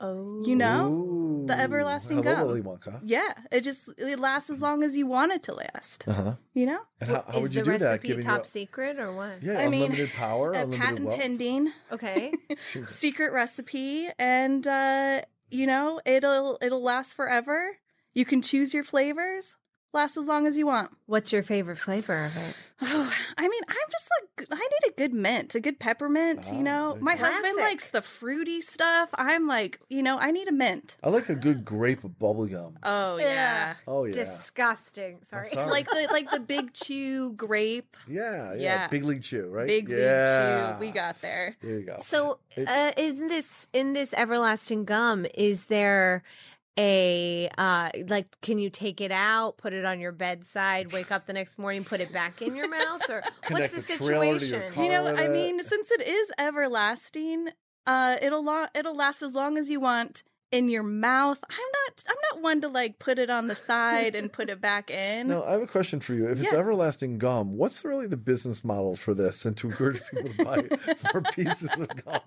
E: Oh.
C: You know,
D: Ooh.
C: The everlasting
D: Hello,
C: gum.
D: Willy Wonka.
C: yeah, it just it lasts as long as you want it to last.
D: Uh huh.
C: You know,
D: And how, how
E: Is
D: would you
E: the
D: do that?
E: recipe
D: Giving
E: top
D: you
E: secret or what?
D: yeah,
C: I mean,
D: unlimited power,
C: a
D: unlimited
C: patent
D: wealth.
C: pending
E: Okay.
D: Jeez.
C: secret recipe, and uh, you know it'll it'll last forever. You can choose your flavors, last as long as you want.
E: What's your favorite flavor of it?
C: Oh, I mean, I'm just like I need a good mint, a good peppermint.
D: Ah,
C: you know,
D: okay.
C: my husband
E: Classic.
C: likes the fruity stuff. I'm like, you know, I need a mint.
D: I like a good grape of bubble gum.
C: Oh
E: yeah.
D: Oh yeah,
E: Disgusting.
D: I'm
E: Sorry.
D: sorry.
C: like the like the big chew grape,
D: yeah, yeah,
C: yeah.
D: big league chew, right?
C: big
D: yeah.
C: big chew. We got there.
D: There you go.
E: So,
D: It-
E: uh, in this in this everlasting gum, is there a uh like can you take it out, put it on your bedside, wake up the next morning, put it back in your mouth, or what's
D: Connect
E: the
D: the trailer to your
E: situation?
D: car.
C: You know,
D: with
C: I
D: it.
C: mean, since it is everlasting, uh, it'll lo- it'll last as long as you want in your mouth. I'm not I'm not one to like put it on the side and put it back in.
D: No, I have a question for you. If it's
C: Yeah.
D: everlasting gum, what's really the business model for this and to encourage people to buy more pieces of gum?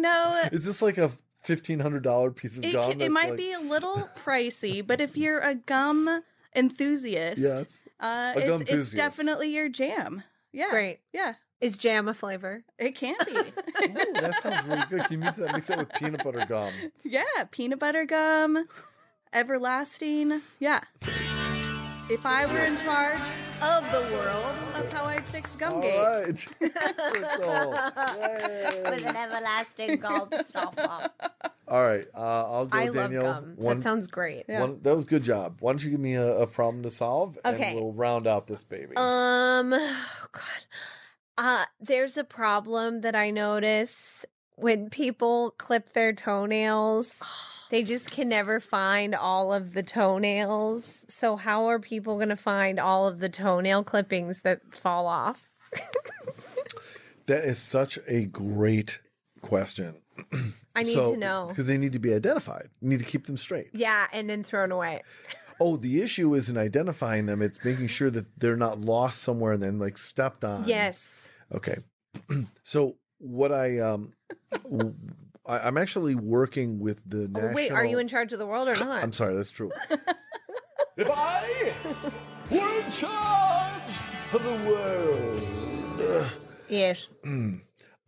C: know,
D: Is this like a $1,500 piece of
C: it,
D: gum?
C: c- it
D: that's
C: might
D: like-
C: be a little pricey, but if you're a gum enthusiast,
D: Yes.
C: uh,
D: A
C: it's
D: gum
C: it's
D: enthusiast.
C: definitely your jam. Yeah,
E: Great.
C: Yeah,
E: Is jam a flavor?
C: it can be.
D: Ooh, oh, that sounds really good. Can you mix that, mix that with peanut butter gum?
C: Yeah, peanut butter gum, everlasting. Yeah. If I were in charge of the world, that's how I'd fix
D: All
C: Gumgate.
D: right. Crystal. Yay.
E: With an everlasting gobstopper.
D: All right, uh, I'll go,
E: I love
D: Danielle.
E: gum.
D: Oh, One,
E: That sounds great.
C: Yeah.
D: one, that was good job. Why don't you give me a, a problem to solve,
E: Okay.
D: and we'll round out this baby.
E: Um, oh God, uh, there's a problem that I notice when people clip their toenails. They just can never find all of the toenails. So how are people going to find all of the toenail clippings that fall off?
D: that is such a great question.
E: I need to know.
D: because they need to be identified. You need to keep them straight.
E: Yeah, and then thrown away.
D: Oh, the issue isn't identifying them; it's making sure that they're not lost somewhere and then like stepped on.
E: Yes.
D: Okay. so what I um, w- I, am actually working with the
E: Oh,
D: national.
E: wait, are you in charge of the world or not?
D: I'm sorry, that's true. if I were in charge of the world,
E: Yes.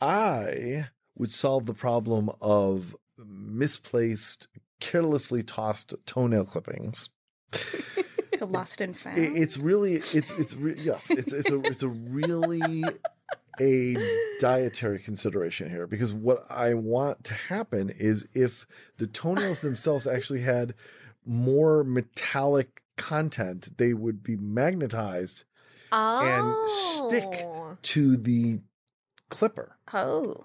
D: I would solve the problem of misplaced, carelessly tossed toenail clippings.
C: Like a lost and found.
D: I- it's really, it's, it's, re- yes, it's, it's a, it's a really a dietary consideration here because what I want to happen is if the toenails themselves actually had more metallic content, they would be magnetized and stick
E: Oh.
D: to the clipper.
C: oh.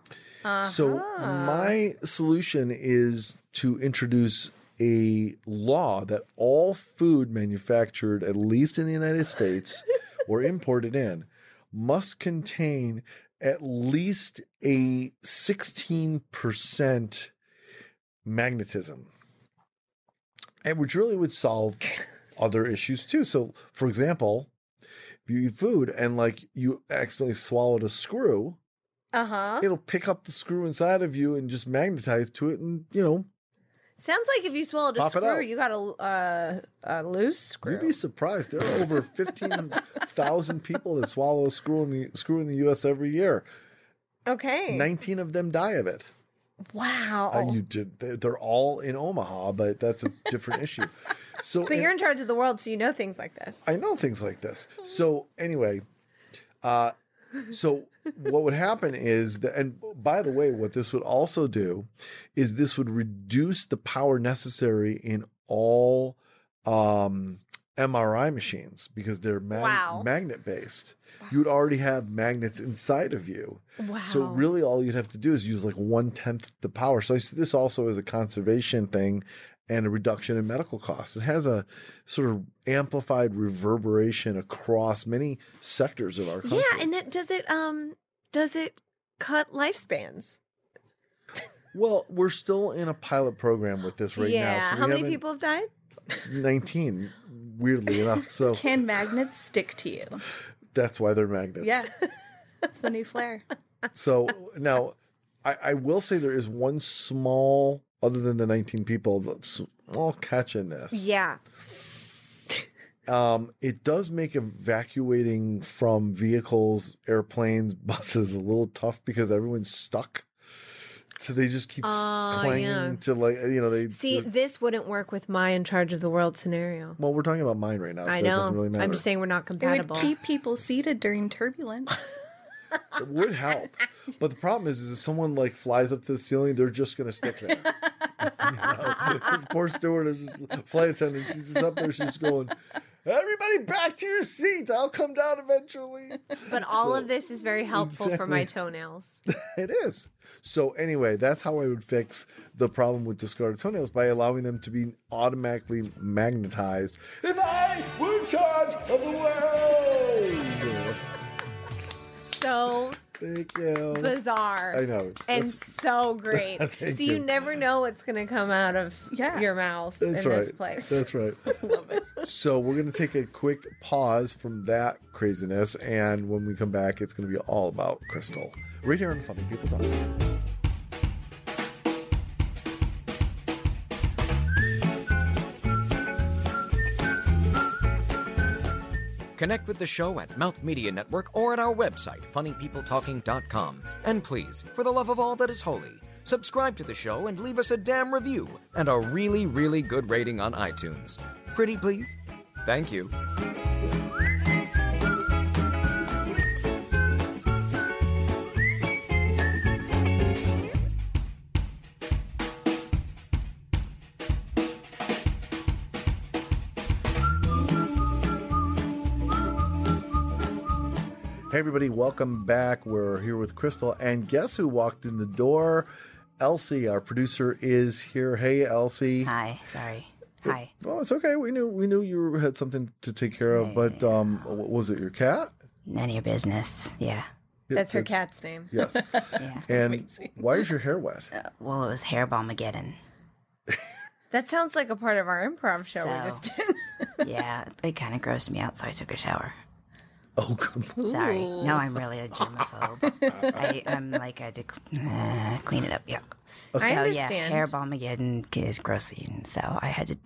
D: So
E: Uh-huh.
D: my solution is to introduce a law that all food manufactured, at least in the United States, or imported in, must contain at least a 16% magnetism, and which really would solve other issues too. So, for example, if you eat food and like you accidentally swallowed a screw,
E: Uh huh.
D: it'll pick up the screw inside of you and just magnetize to it, and you know
E: Sounds like if you swallowed a
D: Pop it
E: screw,
D: out.
E: you got a, uh, a loose screw.
D: You'd be surprised. There are over fifteen thousand people that swallow a screw in the screw in the U.S. every year.
E: okay.
D: Nineteen of them die of it.
E: wow.
D: Uh, you did. they- They're all in Omaha, but that's a different issue. So,
E: but
D: in-
E: you're in charge of the world, so you know things like this.
D: I know things like this. So anyway, uh, so what would happen is that, and by the way, what this would also do is this would reduce the power necessary in all um, MRI machines because they're mag-
E: Wow.
D: magnet based. You would already have magnets inside of you.
E: Wow.
D: So really, all you'd have to do is use like one tenth the power. So I see this also is a conservation thing and a reduction in medical costs. It has a sort of amplified reverberation across many sectors of our country.
E: yeah, and it does it um does it cut lifespans?
D: well, we're still in a pilot program with this right
E: yeah.
D: now. So we
E: How many
D: haven't-
E: people have died?
D: Nineteen. Weirdly enough, so
C: Can magnets stick to you?
D: that's why they're magnets.
C: Yeah. That's the new flair.
D: So now, I, I will say there is one small, other than the nineteen people, the small catch in this.
E: Yeah.
D: um, it does make evacuating from vehicles, airplanes, buses a little tough because everyone's stuck. So they just keep s-
E: Oh,
D: clanging
E: yeah.
D: to like you know they.
E: See, this wouldn't work with my in charge of the world scenario.
D: well, we're talking about mine right now, so
E: I
D: it
E: know.
D: doesn't really matter.
E: I'm just saying we're not
C: It would
E: compatible.
C: keep people seated during turbulence.
D: It would help, but the problem is, is if someone like flies up to the ceiling, they're just gonna stick there. You know? Poor steward, is just- flight attendant, she's just up there, she's going. Everybody back to your seat. I'll come down eventually.
E: but all
D: So-
E: of this is very helpful for my toenails.
D: It is. So anyway, that's how I would fix the problem with discarded toenails by allowing them to be automatically magnetized. If I were in charge of the world,
E: So
D: thank you.
E: bizarre.
D: I know.
E: And
D: That's-
E: so great.
D: Thank
E: so you.
D: you.
E: never know what's going to come out of
C: Yeah.
E: your mouth
D: that's
E: in
D: right.
E: this place.
D: That's right.
C: Love it.
D: So we're gonna take a quick pause from that craziness, and when we come back, it's gonna be all about crystal. Right here on Funny People Talk.
B: Connect with the show at Mouth Media Network or at our website, funnypeopletalking.com. And please, for the love of all that is holy, subscribe to the show and leave us a damn review and a really, really good rating on iTunes. Pretty please? Thank you.
D: Hey, everybody, welcome back. We're here with Crystal, and guess who walked in the door? Elsie, our producer, is here. Hey, Elsie.
G: Hi, sorry. Hi.
D: Oh, it's okay. We knew we knew you had something to take care of, but um, what was it your cat?
G: None of your business. Yeah.
E: That's her cat's name.
D: Yes. And why is your hair wet?
G: Uh, Well, it was hair Hairbombageddon.
E: That sounds like a part of our improv show we
G: So-
E: just did.
G: yeah, it kind of grossed me out, so I took a shower.
D: Oh, come on.
G: Sorry. No, I'm really a germaphobe. I, I'm like, I dec- uh, clean it up. Yeah.
E: I
G: So, oh, yeah,
E: understand.
G: hair Hairbombageddon is gross. and So I had to.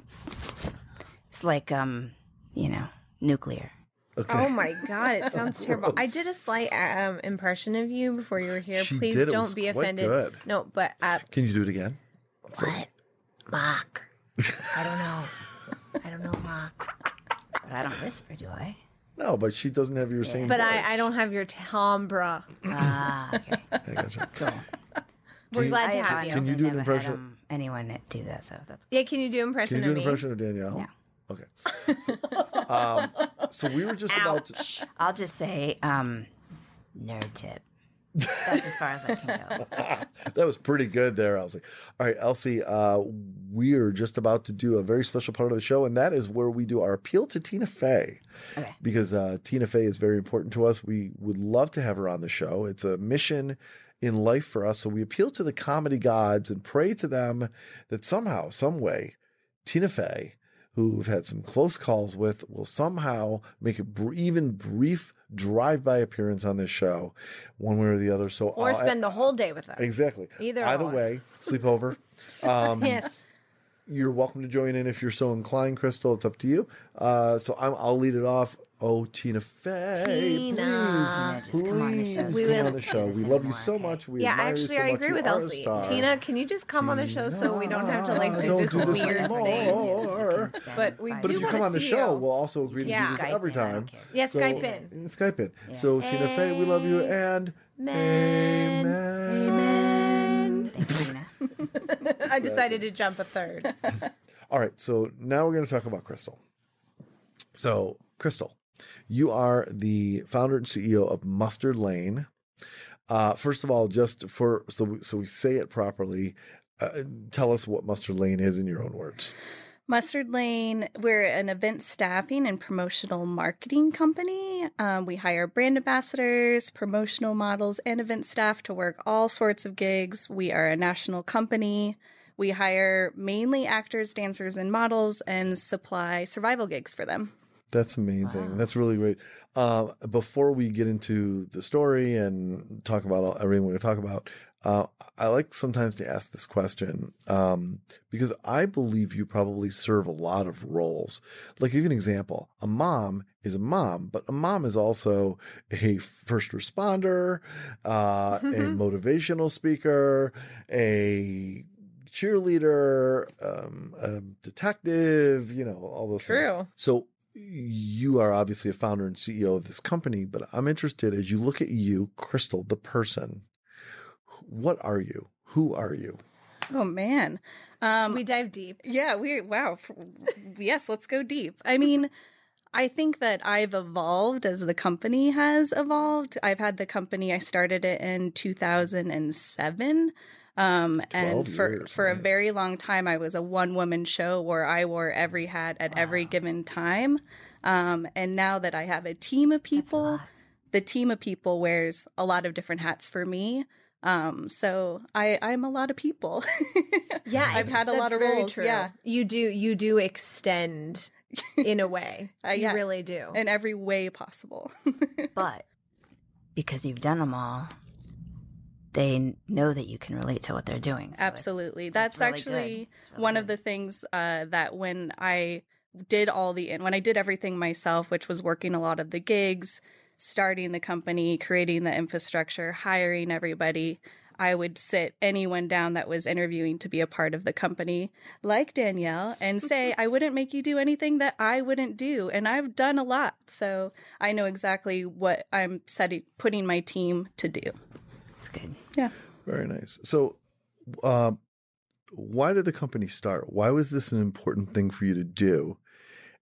G: It's like, um, you know, nuclear.
E: oh my god, it sounds terrible. I did a slight um, impression of you before you were here.
D: She
E: Please
D: did. It
E: don't
D: was
E: be
D: quite
E: offended.
D: good.
E: No, but uh,
D: Can you do it again?
G: What?
F: Mark. I don't know. I don't know, Mark.
G: But I don't whisper, do I?
D: No, but she doesn't have your same.
E: but
D: voice.
E: I, I don't have your timbre.
G: Ah, okay.
D: I gotcha.
E: We're
D: you-
E: glad to
G: I
E: have you.
D: Can you
G: honestly
D: do an
G: never had,
D: impression?
G: um, anyone that do that, so that's
E: yeah, can you do
D: Can
E: impression
D: you do
E: of
D: an
E: me?
D: impression of Danielle?
G: No.
D: Okay. um, so we were just about to.
G: I'll just say, um, nerd tip. That's as far as I can go.
D: That was pretty good there, Elsie. All right, Elsie, uh, we're just about to do a very special part of the show, and that is where we do our appeal to Tina Fey.
G: Okay.
D: Because uh, Tina Fey is very important to us. We would love to have her on the show. It's a mission in life for us. So we appeal to the comedy gods and pray to them that somehow, some way, Tina Fey, who we've had some close calls with, will somehow make a br- even brief drive-by appearance on this show, one way or the other. So
E: or
D: I'll-
E: spend the whole day with us.
D: exactly
E: Either
D: either
E: or.
D: way, sleepover. Um,
E: Yes.
D: you're welcome to join in if you're so inclined, Crystal. It's up to you. Uh, so I'm, I'll lead it off. Oh, Tina Fey,
E: Tina.
D: please,
G: Tina, just come on the
D: please
G: show.
D: come
E: We would-
D: on the show. We love you so much. We
E: Yeah,
D: admire you
E: actually,
D: so
E: I
D: much.
E: agree
D: You
E: with
D: are a
E: Elsie.
D: star.
E: Tina, can you just come on the show so we don't have to like
D: Ah,
E: do
D: don't
E: this
D: do this
E: weird
D: anymore. Oh,
E: thing?
D: or-
E: But we
D: But
E: do
D: if you
E: wanna
D: come on the
E: see
D: show,
E: you.
D: we'll also agree
E: Yeah.
D: to do this
G: Skype
D: every
G: in, I don't
D: time.
G: care.
E: Yeah,
D: So-
E: Skype in.
D: Skype in. So Tina Fey, we love you, and
E: Amen.
D: amen.
G: Thanks, Tina.
E: I decided to jump a third.
D: All right, so now we're going to talk about Crystal. So, Crystal, you are the founder and CEO of Mustard Lane. Uh, first of all, just for so we, so we say it properly, uh, tell us what Mustard Lane is in your own words.
C: Mustard Lane, we're an event staffing and promotional marketing company. Um, we hire brand ambassadors, promotional models, and event staff to work all sorts of gigs. We are a national company. We hire mainly actors, dancers, and models and supply survival gigs for them.
D: That's amazing. That's really great. Uh, before we get into the story and talk about all, everything we're going to talk about, uh, I like sometimes to ask this question um, because I believe you probably serve a lot of roles. Like, give you an example a mom is a mom, but a mom is also a first responder, uh, a motivational speaker, a cheerleader, um, a detective, you know, all those things.
E: True.
D: So you are obviously a founder and CEO of this company, but I'm interested as you look at you, Crystal, the person, what are you? Who are you?
C: Oh, man. Um,
E: we dive deep.
C: Yeah, we wow. F- yes, let's go deep. I mean, I think that I've evolved as the company has evolved. I've had the company I started it in 2007. Um,
D: 12
C: and for
D: years,
C: for a
D: nice.
C: very long time, I was a one woman show where I wore every hat at every given time. Um, and now that I have a team of people, the team of people wears a lot of different hats for me. Um, so I I'm a lot of people.
E: Yeah,
C: I've
E: it's-
C: had a lot
E: that's
C: of
E: very
C: roles, yeah.
E: you do. You do extend in a way.
C: Uh,
E: you
C: yeah.
E: really do.
C: in every way possible.
G: But because you've done them all, they n- know that you can relate to what they're doing. so it's-
C: Absolutely.
G: so it's
C: That's
G: really good.
C: actually
G: It's really
C: one of the
G: good.
C: things uh, that when I did all the, when I did everything myself, which was working a lot of the gigs, starting the company, creating the infrastructure, hiring everybody, I would sit anyone down that was interviewing to be a part of the company, like Danielle, and say, I wouldn't make you do anything that I wouldn't do. And I've done a lot. So I know exactly what I'm setting, putting my team to do.
G: It's good.
C: Yeah.
D: Very nice. So, uh, why did the company start? Why was this an important thing for you to do?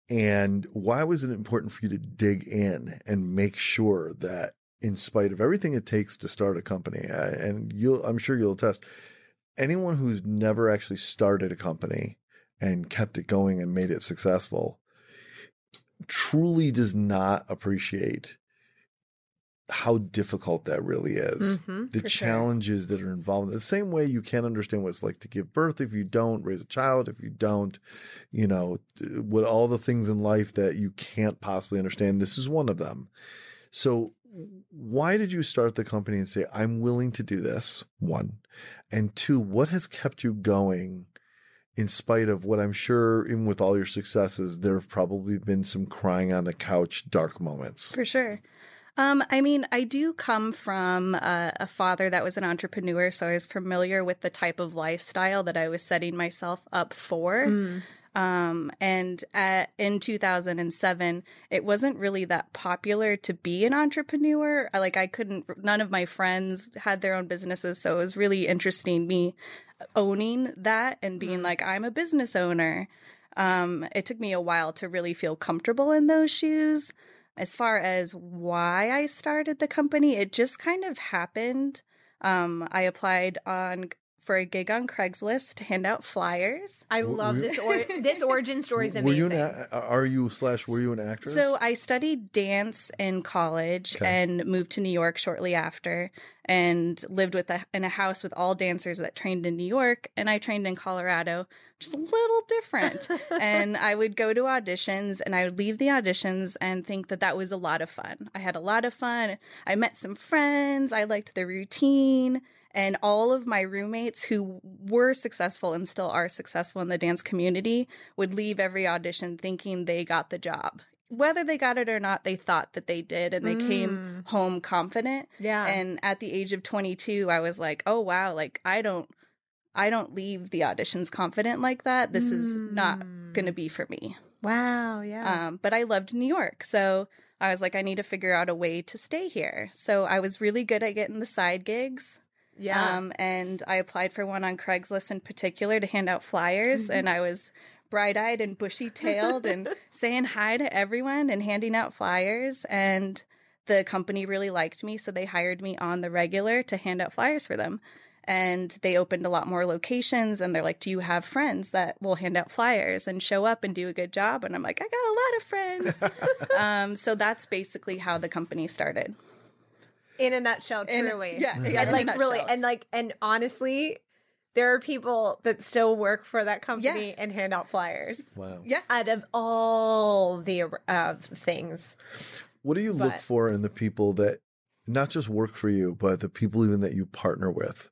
D: And why was it important for you to dig in and make sure that, in spite of everything it takes to start a company, uh, and you'll, I'm sure you'll attest, anyone who's never actually started a company and kept it going and made it successful truly does not appreciate how difficult that really is
E: Mhm.
D: the
C: For sure.
D: challenges that are involved. The same way you can't understand what it's like to give birth if you don't, raise a child if you don't, you know, t- what all the things in life that you can't possibly understand. This is one of them. So, why did you start the company and say, I'm willing to do this? One. And two, what has kept you going in spite of what I'm sure, even with all your successes, there have probably been some crying on the couch, dark moments?
C: For sure. Um, I mean, I do come from a, a father that was an entrepreneur, so I was familiar with the type of lifestyle that I was setting myself up for. Um, and at, in 2007, it wasn't really that popular to be an entrepreneur. I- Like, I couldn't, none of my friends had their own businesses, so it was really interesting me owning that and being like, I'm a business owner. Um, it took me a while to really feel comfortable in those shoes. As far as why I started the company, it just kind of happened. Um, I applied on for a gig on Craigslist to hand out flyers.
E: I
D: W-
E: love
D: were-
E: this. Or- this origin story is
D: were you
E: amazing.
D: an a- are you slash were you an actress?
C: So I studied dance in college
D: Okay.
C: and moved to New York shortly after and lived with a, in a house with all dancers that trained in New York and I trained in Colorado, which is a little different. and I would go to auditions and I would leave the auditions and think that that was a lot of fun. I had a lot of fun. I met some friends, I liked the routine. And all of my roommates who were successful and still are successful in the dance community would leave every audition thinking they got the job. Whether they got it or not, they thought that they did and they came home confident.
E: Mm. yeah.
C: And at the age of 22, I was like, "Oh wow, like I don't I don't leave the auditions confident like that. This is not going to be for me."
E: wow. Mm. Yeah.
C: Um, but I loved New York. So I was like, I need to figure out a way to stay here. So I was really good at getting the side gigs.
E: yeah.
C: Um, and I applied for one on Craigslist in particular to hand out flyers. and I was bright eyed and bushy tailed and saying hi to everyone and handing out flyers. And the company really liked me. So they hired me on the regular to hand out flyers for them. And they opened a lot more locations. And they're like, Do you have friends that will hand out flyers and show up and do a good job? And I'm like, I got a lot of friends. um, so that's basically how the company started.
E: in a nutshell,
C: In-
E: truly.
C: yeah, yeah,
E: and
C: in a
E: like really,
C: nutshell.
E: and like, and honestly, there are people that still work for that company and hand out flyers.
D: wow.
C: Yeah.
E: Out of all the uh, things,
D: What do you look
E: But-
D: for in the people that not just work for you, but the people even that you partner with?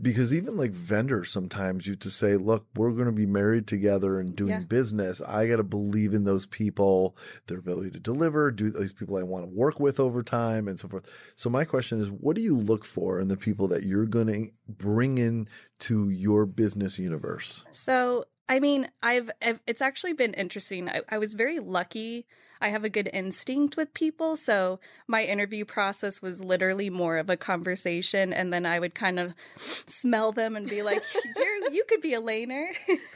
D: Because even like vendors, sometimes you just say, look, we're going to be married together and doing
C: Yeah.
D: business. I got to believe in those people, their ability to deliver, do these people I want to work with over time and so forth. So my question is, what do you look for in the people that you're going to bring in to your business universe?
C: So, I mean, I've, I've it's actually been interesting. I, I was very lucky. I have a good instinct with people, so my interview process was literally more of a conversation, and then I would kind of smell them and be like, "You, you could be a laner."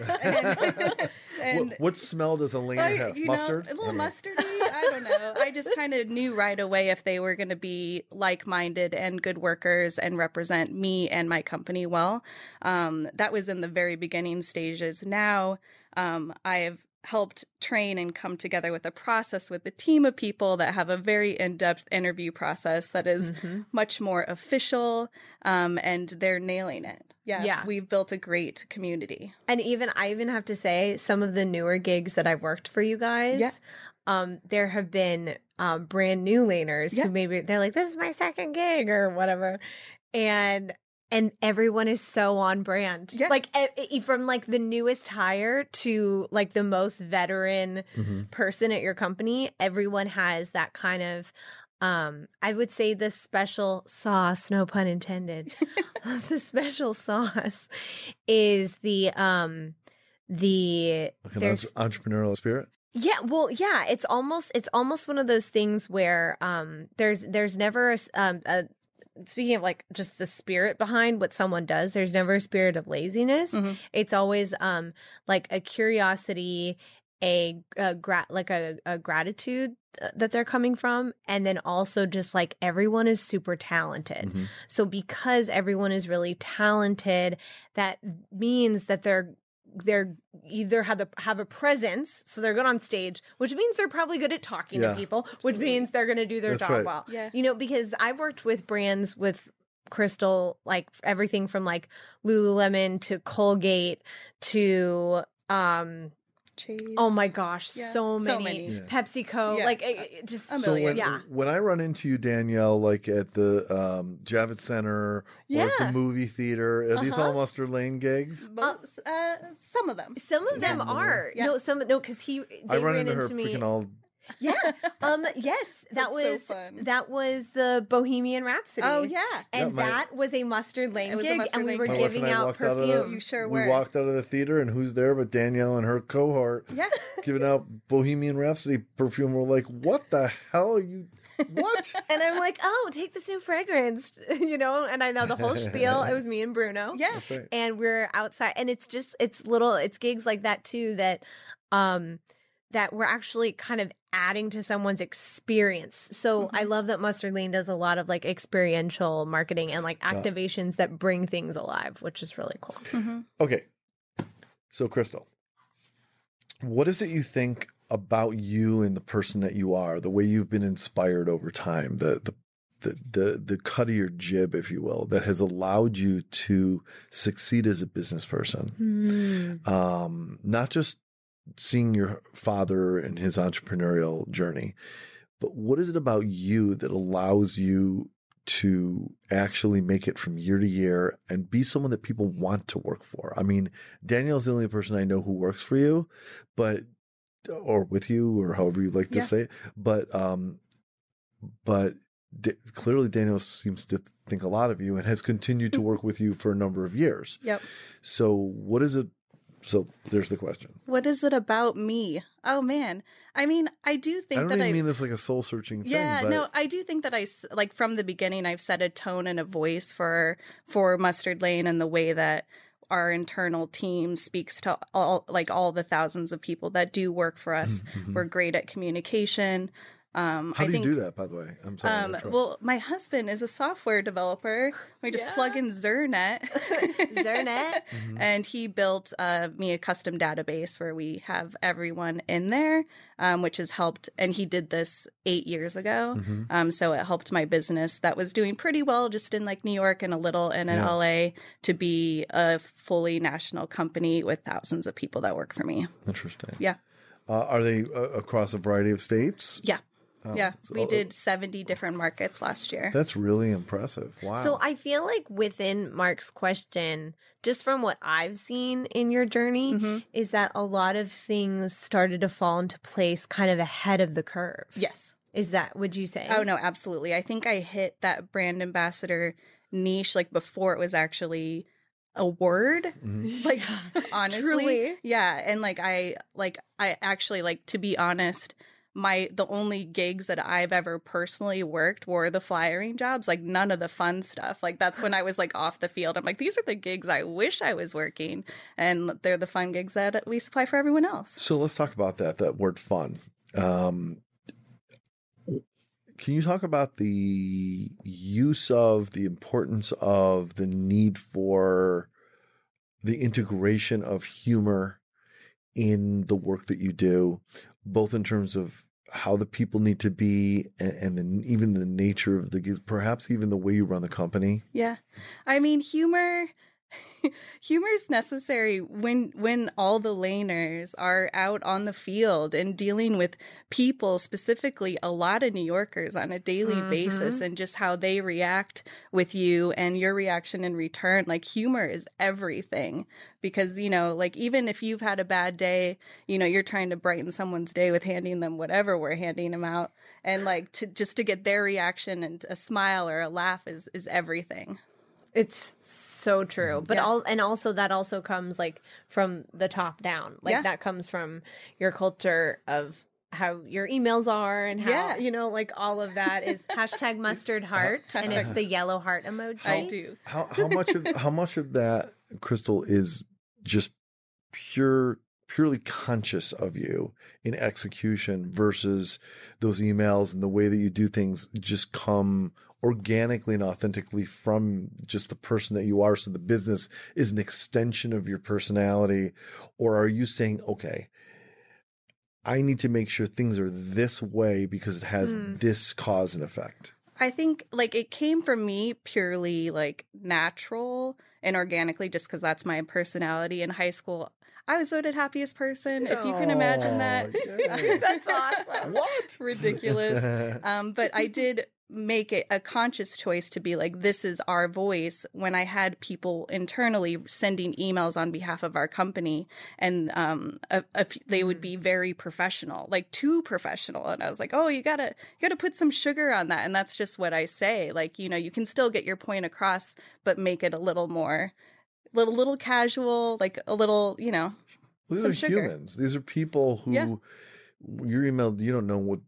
C: and,
D: What, what smell does Elena
C: I-
D: have?
C: you
D: Mustard?
C: Know, a
D: I
C: little
D: don't know.
C: mustardy. I don't know. I just kind of knew right away if they were going to be like-minded and good workers and represent me and my company well. Um, that was in the very beginning stages. Now um, I've helped train and come together with a process with a team of people that have a very in-depth interview process that is
E: Mm-hmm.
C: much more official um, and they're nailing it yeah,
E: Yeah.
C: we've built a great community
E: and even I even have to say, some of the newer gigs that I've worked for you guys,
C: Yeah.
E: um, there have been um, brand new laners
C: Yeah.
E: who maybe they're like, "This is my second gig" or whatever, and and everyone is so on brand,
C: Yeah.
E: like e- e- from like the newest hire to like the most veteran
C: Mm-hmm.
E: person at your company, everyone has that kind of um I would say the special sauce, no pun intended. the special sauce is the um the
D: Like an
E: there's
D: entre- entrepreneurial spirit.
E: yeah, well, yeah, it's almost it's almost one of those things where um there's there's never a, s- um a speaking of like just the spirit behind what someone does, there's never a spirit of laziness.
C: Mhm.
E: It's always um like a curiosity, a, a gra- like a, a gratitude th- that they're coming from and then also just like everyone is super talented.
D: Mhm.
E: So because everyone is really talented, that means that they're they're either have a, have a presence, so they're good on stage, which means they're probably good at talking
D: Yeah.
E: to people, which means they're going to do their
D: That's
E: job
D: right.
E: well.
C: Yeah.
E: You know, because I've worked with brands with Crystal, like everything from like Lululemon to Colgate to um oh my gosh,
C: Yeah.
E: so many,
C: So many.
D: Yeah.
E: PepsiCo,
C: Yeah.
E: like it, it just
C: A
E: so
C: million.
D: when,
E: yeah.
D: when I run into you, Danielle, like at the um, Javits Center or at the
E: Yeah.
D: movie theater, are these all
E: Uh-huh.
D: Mustard Lane gigs?
C: Both, uh, some of them
E: Some of them are
C: Yeah.
E: no, some no, because he they
D: I run
E: ran
D: into her
E: me.
D: freaking all.
E: Yeah. Um. Yes, that
C: That's so
E: was
C: fun.
E: that was the Bohemian Rhapsody.
C: Oh yeah.
E: and
D: Yeah, my-
E: that was a mustard lane
C: It was a
E: gig,
C: Mustard
E: and we
C: Lane
E: were
C: gig.
D: My wife
E: giving
D: and I
E: out
D: walked out of the.
E: perfume.
C: You sure
D: we
C: were.
D: walked out of the theater, and who's there but Danielle and her cohort
C: Yeah.
D: giving out Bohemian Rhapsody perfume? We're like, what the hell are you? What?
E: and I'm like, oh, take this new fragrance, you know. And I know the whole spiel. It was me and Bruno.
C: Yeah.
D: That's right.
E: and we're outside and it's just it's little it's gigs like that too that um that we're actually kind of adding to someone's experience. So
C: Mm-hmm.
E: I love that Mustard Lean does a lot of like experiential marketing and like activations that bring things alive, which is really cool.
C: Mm-hmm.
D: Okay. So, Crystal, what is it you think about you and the person that you are, the way you've been inspired over time, the the the the, the cut of your jib, if you will, that has allowed you to succeed as a business person? um, not just seeing your father and his entrepreneurial journey, but what is it about you that allows you to actually make it from year to year and be someone that people want to work for? I mean, Danielle's the only person I know who works for you, but or with you or however you like to
C: Yeah.
D: say it, but um, but. D- clearly, Daniel seems to think a lot of you and has continued to work with you for a number of years.
C: Yep.
D: So what is it? So there's the question.
C: What is it about me? Oh man. I mean, I do
D: I
C: think
D: don't
C: that
D: even
C: I
D: mean this like a soul searching thing.
C: Yeah,
D: but
C: no, I do think that I s- like from the beginning I've set a tone and a voice for for Mustard Lane and the way that our internal team speaks to all like all the thousands of people that do work for us. We're great at communication. Um,
D: Mm-hmm. how
C: I
D: do
C: think,
D: you do that? By the way, I'm sorry.
C: Um,
D: I tried-
C: well, my husband is a software developer. We just plug in Zernet.
E: Zernet.
C: And he built uh, me a custom database where we have everyone in there, um, which has helped. And he did this eight years ago. Um, so it helped my business that was doing pretty well just in like New York and a little and in LA to be a fully national company with thousands of people that work for me.
D: interesting.
C: Yeah.
D: Uh, are they uh, across a variety of states?
C: Yeah. yeah.
D: so-
C: we did 70 different markets last year.
D: That's really impressive. Wow.
E: So I feel like within Mark's question, just from what I've seen in your journey,
C: Mm-hmm.
E: is that a lot of things started to fall into place kind of ahead of the curve.
C: yes.
E: Is that would you say?
C: Oh no, absolutely. I think I hit that brand ambassador niche like before it was actually a word. Like honestly.
E: truly.
C: Yeah, and like I like I actually like to be honest, my the only gigs that I've ever personally worked were the flyering jobs, like none of the fun stuff. Like that's when I was like off the field. I'm like these are the gigs I wish I was working and they're the fun gigs that we supply for everyone else.
D: So let's talk about that. That word fun. Um, can you talk about the use of the importance of the need for the integration of humor in the work that you do, both in terms of how the people need to be and, and then even the nature of the gigs, perhaps even the way you run the company?
C: Yeah. I mean, humor humor is necessary when when all the laners are out on the field and dealing with people, specifically a lot of New Yorkers on a daily basis and just how they react with you and your reaction in return. Like humor is everything because, you know, like even if you've had a bad day, you know, you're trying to brighten someone's day with handing them whatever we're handing them out and like to just to get their reaction and a smile or a laugh is is everything.
E: It's so true. But all and also that also comes like from the top down. Like
C: Yeah.
E: that comes from your culture of how your emails are and how
C: Yeah.
E: you know, like all of that is hashtag mustard heart and it's the yellow heart emoji.
C: I do.
D: How how much of how much of that crystal is just pure purely conscious of you in execution versus those emails and the way that you do things just come organically and authentically from just the person that you are so the business is an extension of your personality or are you saying okay I need to make sure things are this way because it has this cause and effect.
C: I think like it came from me purely like natural and organically just cuz that's my personality in high school. I was voted happiest person if you can imagine that.
D: That's awesome. What?
C: Ridiculous. um, but I did make it a conscious choice to be like, this is our voice when I had people internally sending emails on behalf of our company. And um, a, a f- they would be very professional, like too professional. And I was like, oh, you gotta, you gotta put some sugar on that. And that's just what I say. Like, you know, you can still get your point across, but make it a little more, little, little casual, like a little, you know,
D: These
C: some
D: are
C: sugar.
D: humans. These are people who
C: Yeah.
D: your email. You don't know what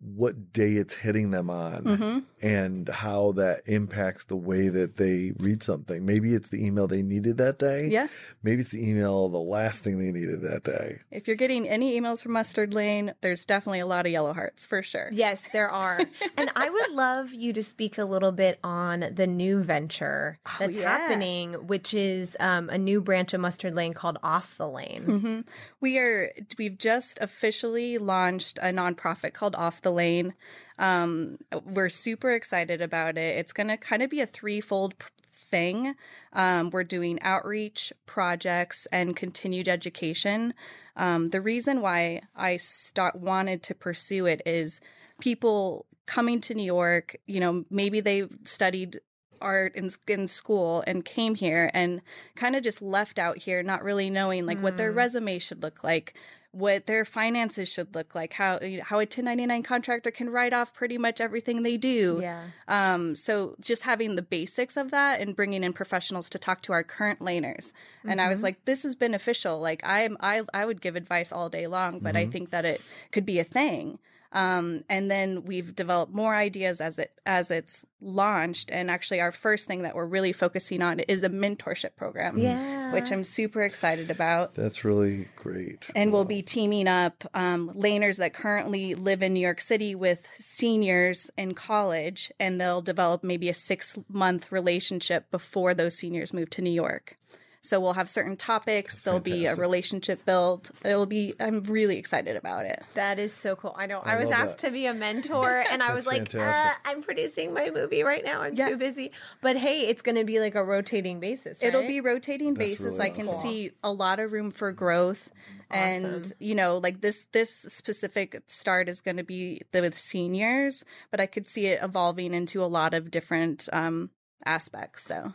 D: what day it's hitting them on
C: hmm
D: and how that impacts the way that they read something. Maybe it's the email they needed that day.
C: Yeah.
D: Maybe it's the email, the last thing they needed that day.
C: If you're getting any emails from Mustard Lane, there's definitely a lot of yellow hearts for sure.
E: Yes, there are. and I would love you to speak a little bit on the new venture that's
C: yeah.
E: happening, which is um, a new branch of Mustard Lane called Off the Lane.
C: hmm We are we've just officially launched a nonprofit called Off the Lane. Um, we're super excited about it. It's going to kind of be a threefold p- thing. Um, we're doing outreach projects and continued education. Um, the reason why I start wanted to pursue it is people coming to New York. You know, maybe they studied art in, in school and came here and kind of just left out here not really knowing like what their resume should look like what their finances should look like how how a 1099 contractor can write off pretty much everything they do
E: Yeah.
C: um, so just having the basics of that and bringing in professionals to talk to our current laners. And I was like, this is beneficial. Like I'm, I, I would give advice all day long, but I think that it could be a thing. Um, and then we've developed more ideas as it as it's launched. And actually, our first thing that we're really focusing on is a mentorship program,
E: Yeah.
C: which I'm super excited about
D: That's really great.
C: and we'll be teaming up um, laners that currently live in New York City with seniors in college, and they'll develop maybe a six month relationship before those seniors move to New York. So we'll have certain topics. There'll be a
D: fantastic.
C: relationship built. It'll be. I'm really excited about it.
E: That is so cool. I know. I,
D: I
E: was
D: love
E: asked
D: that.
E: to be a mentor, and I was like, uh,
D: fantastic.
E: I'm producing my movie right now. I'm
C: Yeah.
E: too busy. But hey, it's going to be like a rotating basis.
C: It'll
E: right?
C: be rotating basis.
D: really
C: I can
D: awesome.
C: see a lot of room for growth, and you know, like this this specific start is going to be the with seniors, but I could see it evolving into a lot of different um, aspects. So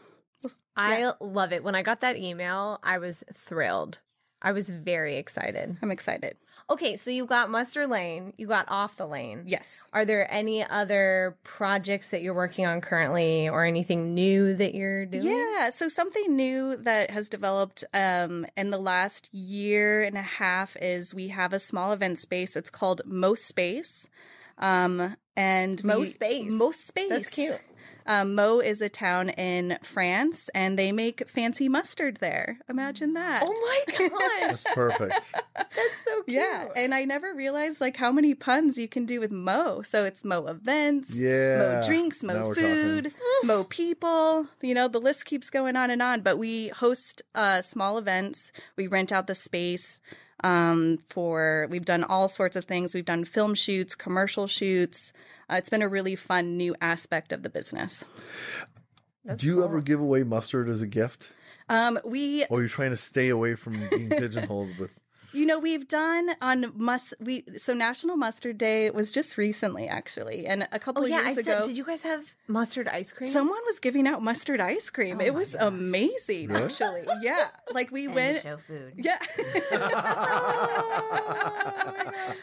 E: I love it. When I got that email, I was thrilled. I was very excited.
C: I'm excited.
E: Okay, so you got Mustard Lane, you got Off the Lane.
C: Yes.
E: Are there any other projects that you're working on currently or anything new that you're doing?
C: Yeah. So something new that has developed um, in the last year and a half is we have a small event space. It's called Most Space. Um, and we-
E: Most Space.
C: Most Space.
E: That's cute.
C: Um, Mo is a town in France, and they make fancy mustard there. Imagine that.
E: Oh my gosh.
D: That's perfect.
E: that's so cute.
C: yeah, and I never realized like how many puns you can do with Mo. So it's Mo events,
D: Yeah.
C: Mo drinks,
D: Now
C: Mo
D: we're
C: food, Mo people. You know, the list keeps going on and on. But we host uh, small events. We rent out the space um, for. We've done all sorts of things. We've done film shoots, commercial shoots. Uh, it's been a really fun new aspect of the business.
E: That's
D: Do you
E: cool.
D: ever give away mustard as a gift?
C: Um, we
D: Or you're trying to stay away from being pigeonholed with
C: You know, we've done on must we so National Mustard Day was just recently actually, and a couple
E: Oh,
C: of
E: yeah. I
C: years
E: said,
C: ago,
E: did you guys have mustard ice cream?
C: someone was giving out mustard ice
E: Oh
C: cream. it was amazing, actually. Yeah, like we
G: And
C: went.
G: show food.
C: Yeah.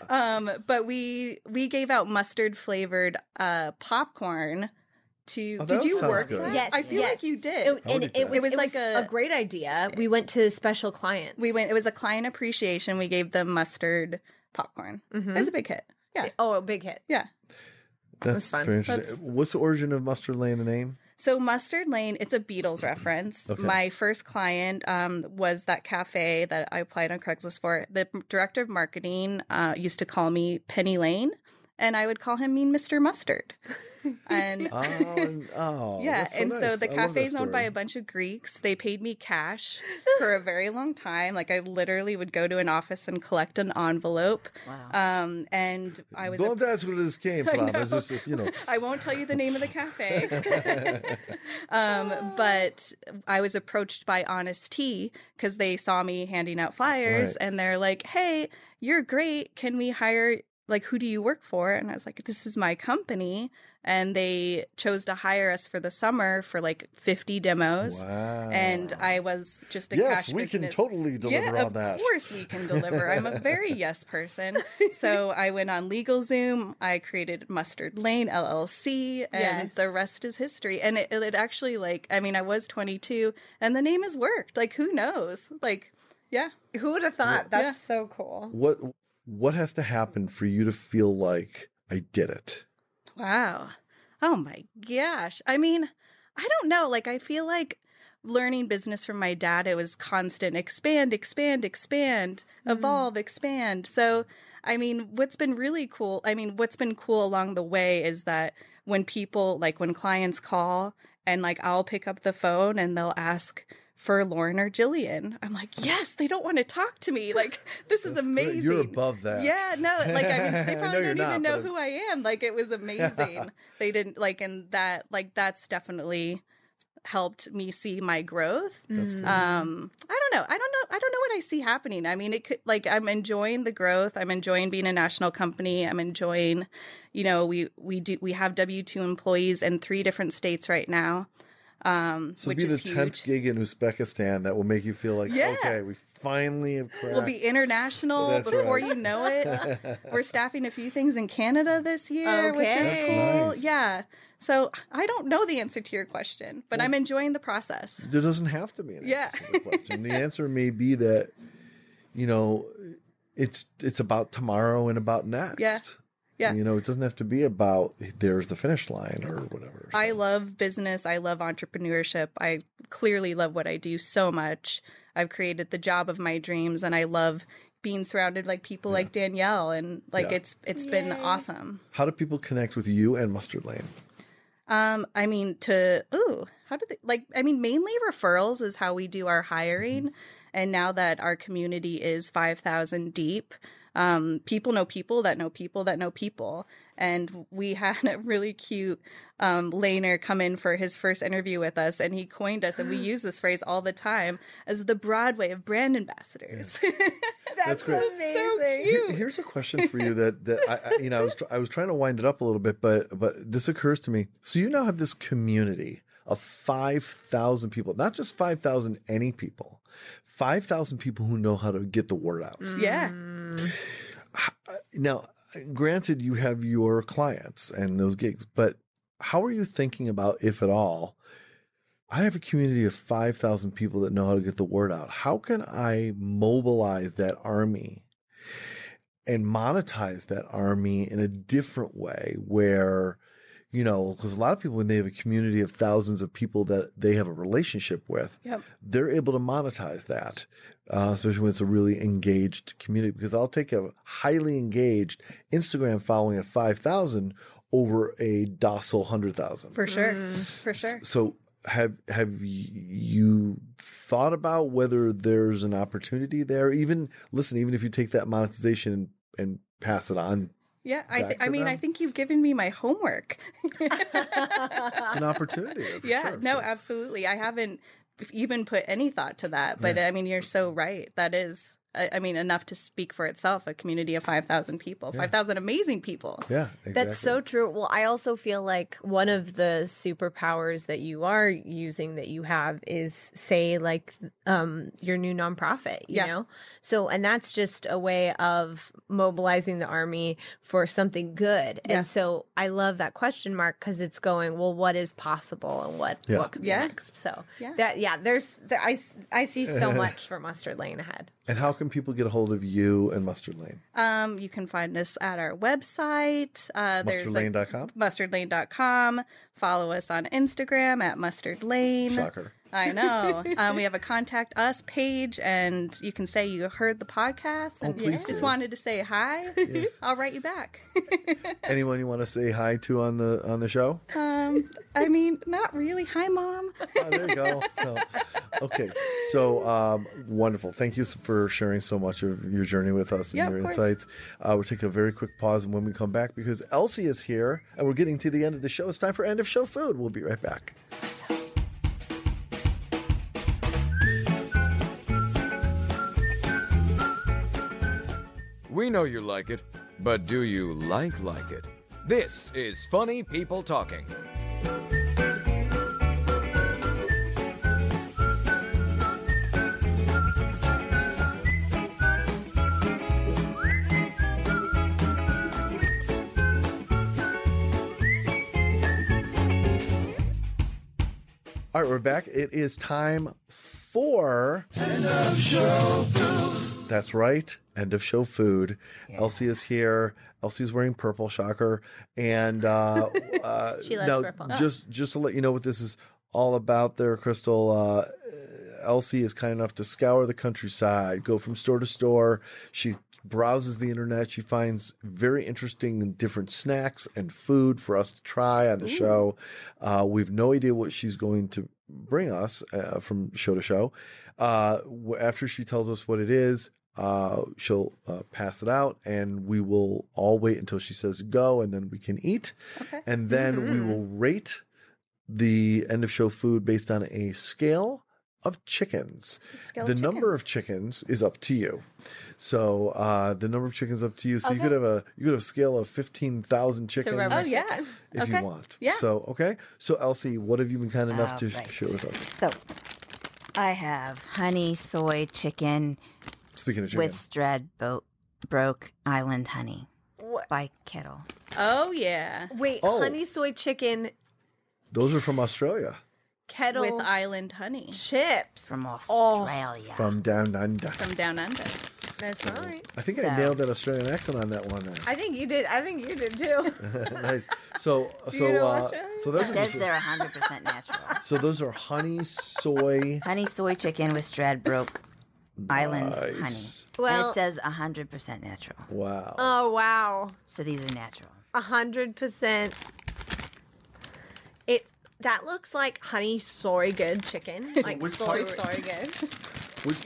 C: um, but we we gave out mustard flavored uh popcorn to.
D: Oh, that
C: did you
D: sounds
C: work?
D: good.
C: that?
E: Yes,
C: I feel
E: yes.
C: like you did.
E: It, and
D: did
E: it
D: that.
E: was, it was like a,
C: a
E: great idea. We went to special clients.
C: we went. It was a client appreciation. We gave them mustard popcorn. It
E: Mm-hmm.
C: was a big hit. Yeah.
E: Oh, a big hit.
C: Yeah.
D: That's
E: fun.
D: very interesting.
C: That's-
D: What's the origin of Mustard Lane, the name?
C: So Mustard Lane, it's a Beatles reference. My first client um, was that cafe that I applied on Craigslist for. The director of marketing uh, used to call me Penny Lane, and I would call him Mean Mr. Mustard. And
D: Oh, and- oh
C: yeah,
D: that's
C: and
D: nice.
C: so the
D: I love that
C: cafe's owned by
D: story.
C: a bunch of Greeks. They paid me cash for a very long time. Like I literally would go to an office and collect an envelope. Wow. Um, and I was a-
D: Don't ask where this came from. I just, you know,
C: I won't tell you the name of the cafe. um, but I was approached by Honest Tea because they saw me handing out flyers
D: Right.
C: and they're like, hey, you're great. Can we hire? Like, who do you work for? And I was like, this is my company. And they chose to hire us for the summer for like 50 demos.
D: wow.
C: And I was just a
D: yes,
C: cash
D: we can
C: business-
D: totally deliver
C: yeah,
D: on that.
C: Of course we can deliver. I'm a very yes person. So I went on LegalZoom. I created Mustard Lane LLC, and
E: Yes.
C: the rest is history. And it, it actually, like, I mean, I was 22, and the name has worked. Like, who knows? Like, yeah.
E: Who would have thought? That's so cool.
D: What What has to happen for you to feel like I did it?
C: Wow. Oh my gosh. I mean, I don't know. Like, I feel like learning business from my dad, it was constant expand, expand, expand,
D: Hmm.
C: evolve, expand. So, I mean, what's been really cool, I mean, what's been cool along the way is that when people, like, when clients call and, like, I'll pick up the phone and they'll ask, for Lauren or Jillian. I'm like, yes, they don't want to talk to me. Like, this is
D: That's great.
C: amazing.
D: You're above that.
C: Yeah, no, like I mean, they
D: I know
C: probably
D: you're
C: don't even
D: not,
C: know
D: but
C: who
D: I'm-
C: I am. Like it was amazing. they didn't like, and that like that's definitely helped me see my growth.
D: That's great.
C: Um, I don't know. I don't know. I don't know what I see happening. I mean, it could like I'm enjoying the growth. I'm enjoying being a national company. I'm enjoying, you know, we we do we have W two employees in three different states right now. Um,
D: So
C: which
D: be the
C: is
D: tenth
C: huge.
D: gig in Uzbekistan that will make you feel like
C: Yeah.
D: okay, we finally have cracked.
C: We'll be international
D: That's
C: before
D: right.
C: you know it. We're staffing a few things in Canada this year, which is
E: Okay.
D: That's
C: cool.
D: nice.
C: Yeah. So I don't know the answer to your question, but I'm enjoying the process.
D: there doesn't have to be an answer
C: Yeah.
D: to the question. The answer may be that you know it's it's about tomorrow and about next.
C: Yeah.
D: You know, it doesn't have to be about there's the finish line or whatever.
C: I
D: So,
C: love business. I love entrepreneurship. I clearly love what I do so much. I've created the job of my dreams and I love being surrounded like people like Danielle and like
D: Yeah.
C: it's it's been awesome.
D: how do people connect with you and Mustard Lane?
C: Um, I mean, to ooh, how did they like? I mean, mainly referrals is how we do our hiring,
D: Mm-hmm.
C: and now that our community is five thousand deep, um, people know people that know people that know people, and we had a really cute um, laner come in for his first interview with us, and he coined us, and we use this phrase all the time as the Broadway of brand ambassadors.
D: That's great.
C: so
D: Here-
C: cute.
D: here's a question for you that that I, I you know I was tr- I was trying to wind it up a little bit, but but this occurs to me. So you now have this community of five thousand people, not just five thousand any people, five thousand people who know how to get the word out.
C: Yeah,
D: Mm. Now, granted, you have your clients and those gigs, but how are you thinking about, if at all? I have a community of 5,000 people that know how to get the word out. How can I mobilize that army and monetize that army in a different way where, you know, because a lot of people, when they have a community of thousands of people that they have a relationship with,
C: Yep.
D: they're able to monetize that, uh, especially when it's a really engaged community. Because I'll take a highly engaged Instagram following of 5,000 over a docile 100,000.
C: for sure,
D: Mm.
C: for sure.
D: So have have y- you thought about whether there's an opportunity there? Even listen, even if you take that monetization and, and pass it on,
C: Yeah, I,
D: Back
C: th- I
D: to
C: mean, I
D: them.
C: think you've given me my homework.
D: it's an opportunity. there for
C: yeah
D: sure.
C: no
D: So-
C: absolutely i haven't even put any thought to that but i mean you're so right that is I I mean, enough to speak for itself. A community of five thousand people, five thousand amazing people.
D: yeah, exactly.
E: That's so true. Well, I also feel like one of the superpowers that you are using that you have is say like um your new nonprofit, you
C: Yeah.
E: know? So and that's just a way of mobilizing the army for something good.
C: Yeah.
E: And so I love that question mark cuz it's going, well what is possible and what
D: Yeah.
E: what could be
C: Yeah.
E: next. So
C: Yeah.
E: that yeah, there's there, I I see so much for mustard lane ahead.
D: And how can people get a hold of you and Mustard Lane?
C: Um, you can find us at our website. Uh, there's like
D: Mustardlane.com.
C: mustardlane.com. Follow us on Instagram at mustardlane.
D: Shocker.
C: I know. um, we have a contact us page, and you can say you heard the podcast and
D: Oh, please
C: just
D: do.
C: wanted to say hi. I'll write you back.
D: Anyone you want to say hi to on the on the show?
C: Um, I mean, not really. Hi, mom.
D: Oh, there you go. So, okay. So, um, wonderful. Thank you for sharing so much of your journey with us and
C: Yeah, of
D: your
C: course.
D: insights. Uh, we'll take a very quick pause when we come back because Elsie is here and we're getting to the end of the show. It's time for end of show food. We'll be right back.
B: We know you like it, but do you like like it? This is Funny People Talking.
D: All right, we're back. It is time for end of show That's right. End of show food. Elsie is here. Elsie's wearing purple. Shocker. And uh, uh,
E: She loves
D: now,
E: purple.
D: Just just to let you know what this is all about, there, Crystal. Uh, Elsie is kind enough to scour the countryside, go from store to store. She browses the internet. She finds very interesting and different snacks and food for us to try on the show. Uh, we've no idea what she's going to bring us uh, from show to show. Uh, w- after she tells us what it is, uh, she'll uh, pass it out, and we will all wait until she says go, and then we can eat. And then we will rate the end of show food based on a scale of chickens.
C: Scale of
D: the number of
C: chickens.
D: chickens is up to you. So uh, the number of chickens up to you. So you could have a you could have a scale of fifteen thousand chickens
E: rubber Oh,
C: Oh yeah.
D: if
C: Okay.
D: you want.
C: Yeah.
D: So okay. So Elsie, what have you been kind enough to sh-
G: Alright.
D: share with us?
G: So I have honey soy chicken
D: Speaking of
G: with
D: chickens,
G: Stradbroke Broke Island honey by Kettle.
C: Oh yeah.
E: Wait,
D: Oh.
E: honey soy chicken
D: those are from Australia,
E: kettle
C: With island honey
E: chips.
G: from Australia.
D: from down under.
C: from down under.
E: That's right.
D: I think
G: So-
D: I nailed that Australian accent on that one. There.
E: I think you did. I think you did too.
D: nice. So so
E: know
D: uh,
E: Australian?
D: so
G: It
D: those
G: says
D: are
G: they're 100% natural.
D: so those are honey soy.
G: honey soy chicken with Stradbroke Island
D: Nice.
G: honey. and
E: Well-
G: it says 100% natural.
D: Wow.
E: oh wow,
G: So these are natural.
E: a hundred percent. It that looks like honey soy good chicken, like
D: Which
E: soy
D: part-
E: soy good.
D: Which,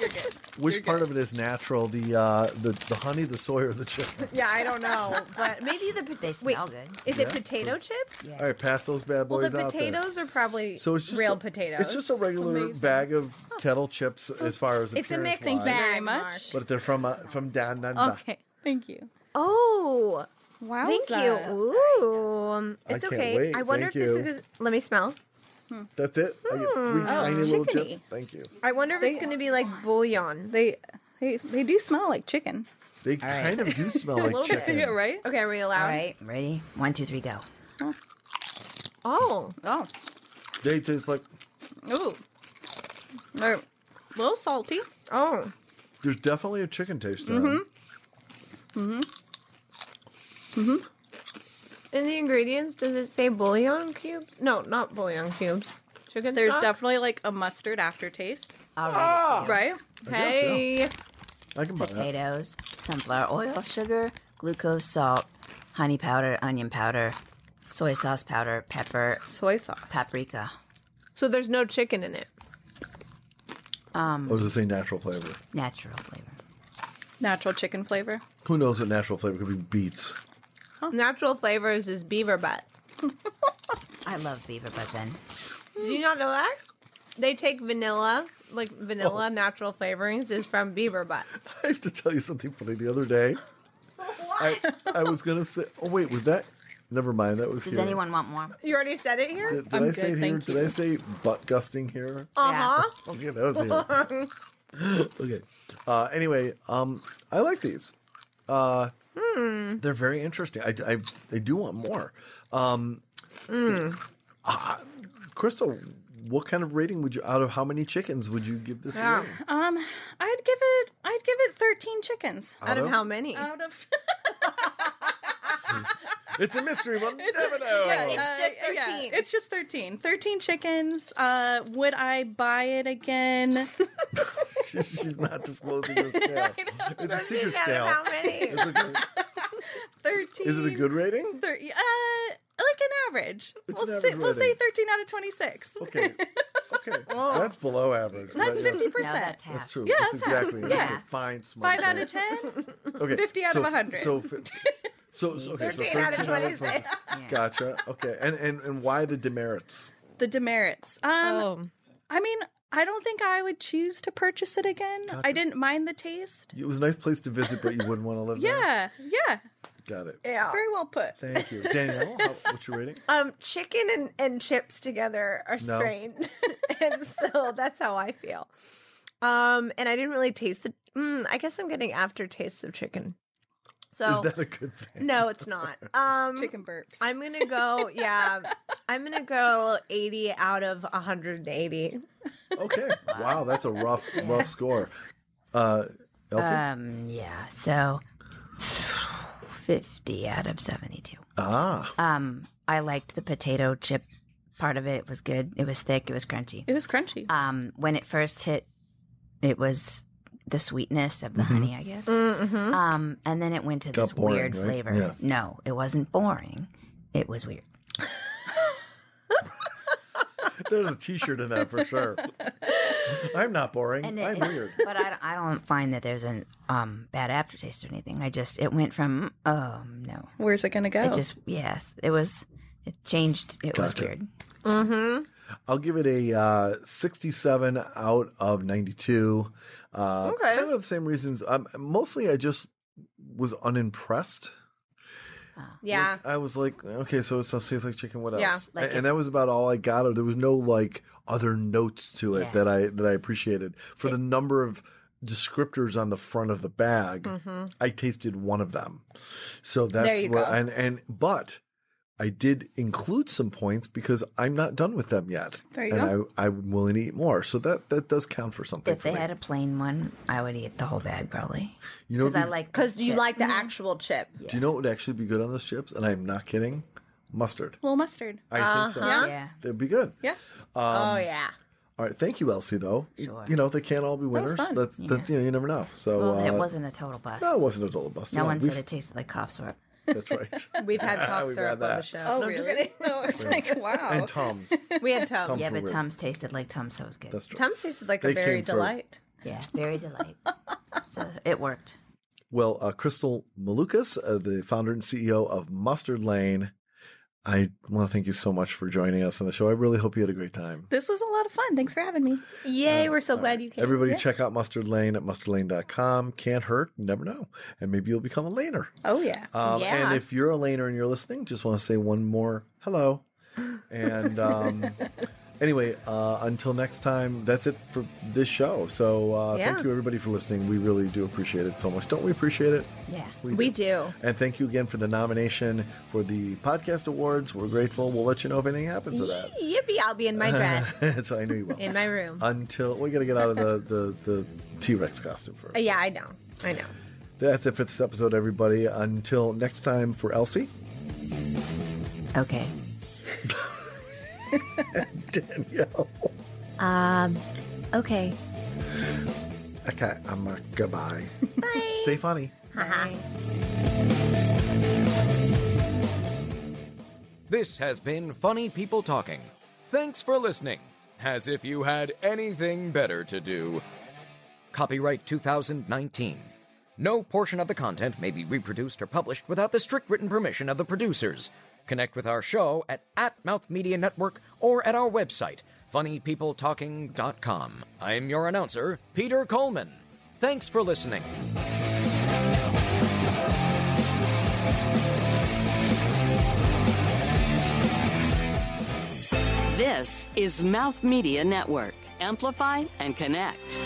D: which part of it is natural? The uh, the the honey, the soy, or the chicken?
E: Yeah, I don't know, but maybe the
G: They
E: potatoes. Wait,
G: smell good.
E: is it potato chips?
D: All right, pass those bad
E: Well,
D: boys
E: the
D: out there.
E: potatoes are probably
D: So it's just
E: real
D: a-
E: potatoes.
D: It's just a regular bag of kettle chips as far as
E: It's a mixed
D: appearance
E: bag.
D: wise,
C: very
E: Mark.
C: much.
D: But they're from uh, from down under.
C: Okay. Thank you.
E: Oh,
C: Wow.
E: thank you. Ooh, um,
D: I
E: it's
D: can't
E: okay.
D: wait.
E: I wonder
D: Thank
E: if
D: you.
E: this is. Let me smell.
D: That's it. I
E: Hmm.
D: get
E: Oh,
D: three tiny little
C: chickeny.
D: chips. Thank you.
E: I wonder if it's going to be like bouillon.
C: They they they do smell like chicken. Oh,
D: They kind of do smell like chicken.
C: right?
E: Okay, are we allowed?
G: All right, ready? One, two, three, go.
E: Oh,
C: Oh.
D: They taste like
C: Ooh. They're a little salty.
E: oh,
D: there's definitely a chicken taste
E: Mm-hmm.
D: to them.
E: in the ingredients, does it say bouillon cube? No, not bouillon cubes. Chicken
C: There's
E: stock?
C: definitely like a mustard aftertaste,
G: All
D: Ah!
G: right,
C: right?
D: guess so.
E: Hey,
D: I can buy that.
G: potatoes, sunflower oil, sugar, glucose, salt, honey powder, onion powder, soy sauce powder, pepper,
C: Soy sauce.
G: paprika.
E: so there's no chicken in it.
D: I was just saying natural flavor.
G: Natural flavor.
C: Natural chicken flavor.
D: Who knows what natural flavor could be? Beets.
E: Natural flavors is beaver butt.
G: I love beaver butt then.
E: Did you not know that? They take vanilla, like vanilla
D: Oh.
E: natural flavorings is from beaver butt.
D: I have to tell you something funny. The other day, I, I was gonna say. Oh wait, was that? Never mind. That was.
G: Does
D: here.
G: anyone want more?
E: You already said it here?
D: Did, did I say
C: good,
D: it here?
C: thank
D: Did I say butt gusting here?
E: Uh huh.
D: Okay, that was here. okay. Uh, anyway, um, I like these. Uh, They're very interesting. I, I, I do want more. Um, ah, Crystal, what kind of rating would you, out of how many chickens would you give this
E: Yeah.
D: rating?
C: Um, I'd give it I'd give it 13 chickens
E: Out of how many?
C: out of
D: It's a mystery. We'll never know.
E: It's just
C: Uh, yeah,
E: 13.
C: it's just 13. 13 chickens. Uh, would I buy it again?
D: She's not disclosing her scale. It's a secret
E: Out of
D: scale.
E: how many?
D: It's like a-
C: 13.
D: Is it a good rating?
C: 30, uh, like an average.
D: It's
C: we'll
D: an
C: say
D: average
C: we'll say
D: rating.
C: 13 out of 26.
D: Okay. Okay. That's below average.
C: That's
D: That is-
C: 50%.
G: No, that's half.
D: That's true.
C: Yeah,
D: that's,
C: that's how-
D: exactly. it.
C: yeah.
D: Okay, fine. Smart.
C: Five out of ten.
D: Okay.
C: 50 out
D: so,
C: of 100.
D: So, fi- so, so, okay, so
E: 13 out of
D: 20.
G: Yeah.
D: Gotcha. Okay. And, and and why the demerits?
C: The demerits. Um,
G: Oh.
C: I mean, I don't think I would choose to purchase it again. I didn't mind the taste.
D: It was a nice place to visit, but you wouldn't want to live
C: Yeah, Eh. yeah,
D: there. Got it.
E: Yeah.
C: very well put.
D: Ah. Thank you, Danielle. How, what's your rating?
E: Um, chicken and, and chips together are
D: No.
E: strained, and so that's how I feel. Um, and I didn't really taste the. Mm, I guess I'm getting aftertastes of chicken. So
D: Is that a good thing?
E: no, it's not. Um,
C: Chicken burps.
E: I'm gonna go. Yeah, I'm gonna go 80 out of 180.
D: Okay. Wow, that's a rough rough score. Uh, Elsie?
G: Um, yeah, so 50 out of 72.
D: ah,
G: Um, I liked the potato chip part of it. It was good. It was thick. It was crunchy.
C: It was crunchy.
G: Um, when it first hit, it was the sweetness of the honey, I guess.
E: Mm-hmm.
G: Um, and then it went to
D: Got
G: this
D: boring,
G: weird
D: right?
G: flavor.
D: Yeah.
G: No, it wasn't boring. It was weird.
D: there's a T-shirt in that for sure. I'm not boring.
G: And it-
D: I'm
G: it-
D: weird.
G: But I, I don't find that there's an um bad aftertaste or anything. I just it went from oh no,
C: Where's it gonna go?
E: Oh.
G: it just yes, it was it changed. It was
D: Gotcha.
G: weird.
E: Mm-hmm.
D: I'll give it a uh, 67 out of 92. Uh,
E: Okay.
D: Kind of the same reasons. Um, mostly, I just was unimpressed.
E: Yeah.
D: Like, I was like, okay, so it just tastes like chicken. What else?
E: Yeah,
D: and,
G: like it-
D: and that was about all I got. There was no like other notes to it
G: Yeah.
D: that I that I appreciated for the number of descriptors on the front of the bag. I tasted one of them, so that's
C: you
D: what.
C: go.
D: And and but I did include some points because I'm not done with them yet,
C: There you
D: and I I'm willing to eat more. So that that does count for something.
G: If
D: for
G: they
D: me.
G: had a plain one, I would eat the whole bag probably
D: you know,
G: because
D: what'd
G: I
D: be-
G: like
E: Because you
G: chip.
E: like
C: Mm-hmm.
E: the actual chip.
D: Do you know what would actually be good on those chips? And I'm not kidding. Mustard.
C: little mustard.
D: I think so.
E: Uh-huh.
G: yeah.
D: That'd be good.
C: Yeah.
D: Um,
E: oh yeah.
D: All right, thank you, Elsie. Though Y-
G: Sure.
D: you know they can't all be winners.
C: was fun.
D: That's, that's you know you never know. So
G: Well, it
D: uh,
G: wasn't a total bust.
D: No, it wasn't a total bust.
G: No
D: Yeah,
G: one
D: we've-
G: said it tasted like cough syrup.
D: That's right.
E: We've had cough
D: We've
E: syrup
D: had
E: on the
D: that.
E: show.
C: Oh
E: No, I'm just
C: really?
E: kidding.
C: No, it's like wow.
D: and Tom's.
E: we had Tums.
D: Tums
G: Yeah,
D: were
G: but
D: weird.
G: Tums tasted like Tums, so it was good.
D: That's true.
E: Tums tasted like
D: They
E: a berry
D: came through.
E: delight.
G: yeah, very delight. so it worked.
D: Well, uh, Crystal Malukas, uh, the founder and CEO of Mustard Lane. I want to thank you so much for joining us on the show. I really hope you had a great time.
C: this was a lot of fun. Thanks for having me.
E: Yay, we're so glad you came.
D: uh, Everybody, check out Mustard Lane at mustardlane.com. Can't hurt. you Never know. And maybe you'll become a laner.
C: Oh yeah.
D: Um,
E: Yeah.
D: And if you're a laner and you're listening, just want to say one more hello. And um, anyway, uh, until next time, that's it for this show. So uh,
E: Yeah.
D: thank you, everybody, for listening. We really do appreciate it so much. Don't we appreciate it?
G: Yeah.
E: we do.
D: And thank you again for the nomination for the podcast awards. We're grateful. We'll let you know if anything happens to that.
E: Yippee, I'll be in my dress
D: so I knew you will.
E: in my room.
D: Until we got to get out of the the, the T Rex costume first.
E: Uh, yeah, I know. I know.
D: That's it for this episode, everybody. Until next time, for Elsie.
G: Okay.
D: Danielle.
G: Okay.
D: Okay, I'm a goodbye. Bye. Stay funny.
B: This has been Funny People Talking. Thanks for listening. As if you had anything better to do. Copyright 2019. No portion of the content may be reproduced or published without the strict written permission of the producers. Connect with our show at, at Mouth Media Network or at our website, funnypeopletalking.com. I'm your announcer, Peter Coleman. Thanks for listening.
A: This is Mouth Media Network. Amplify and connect.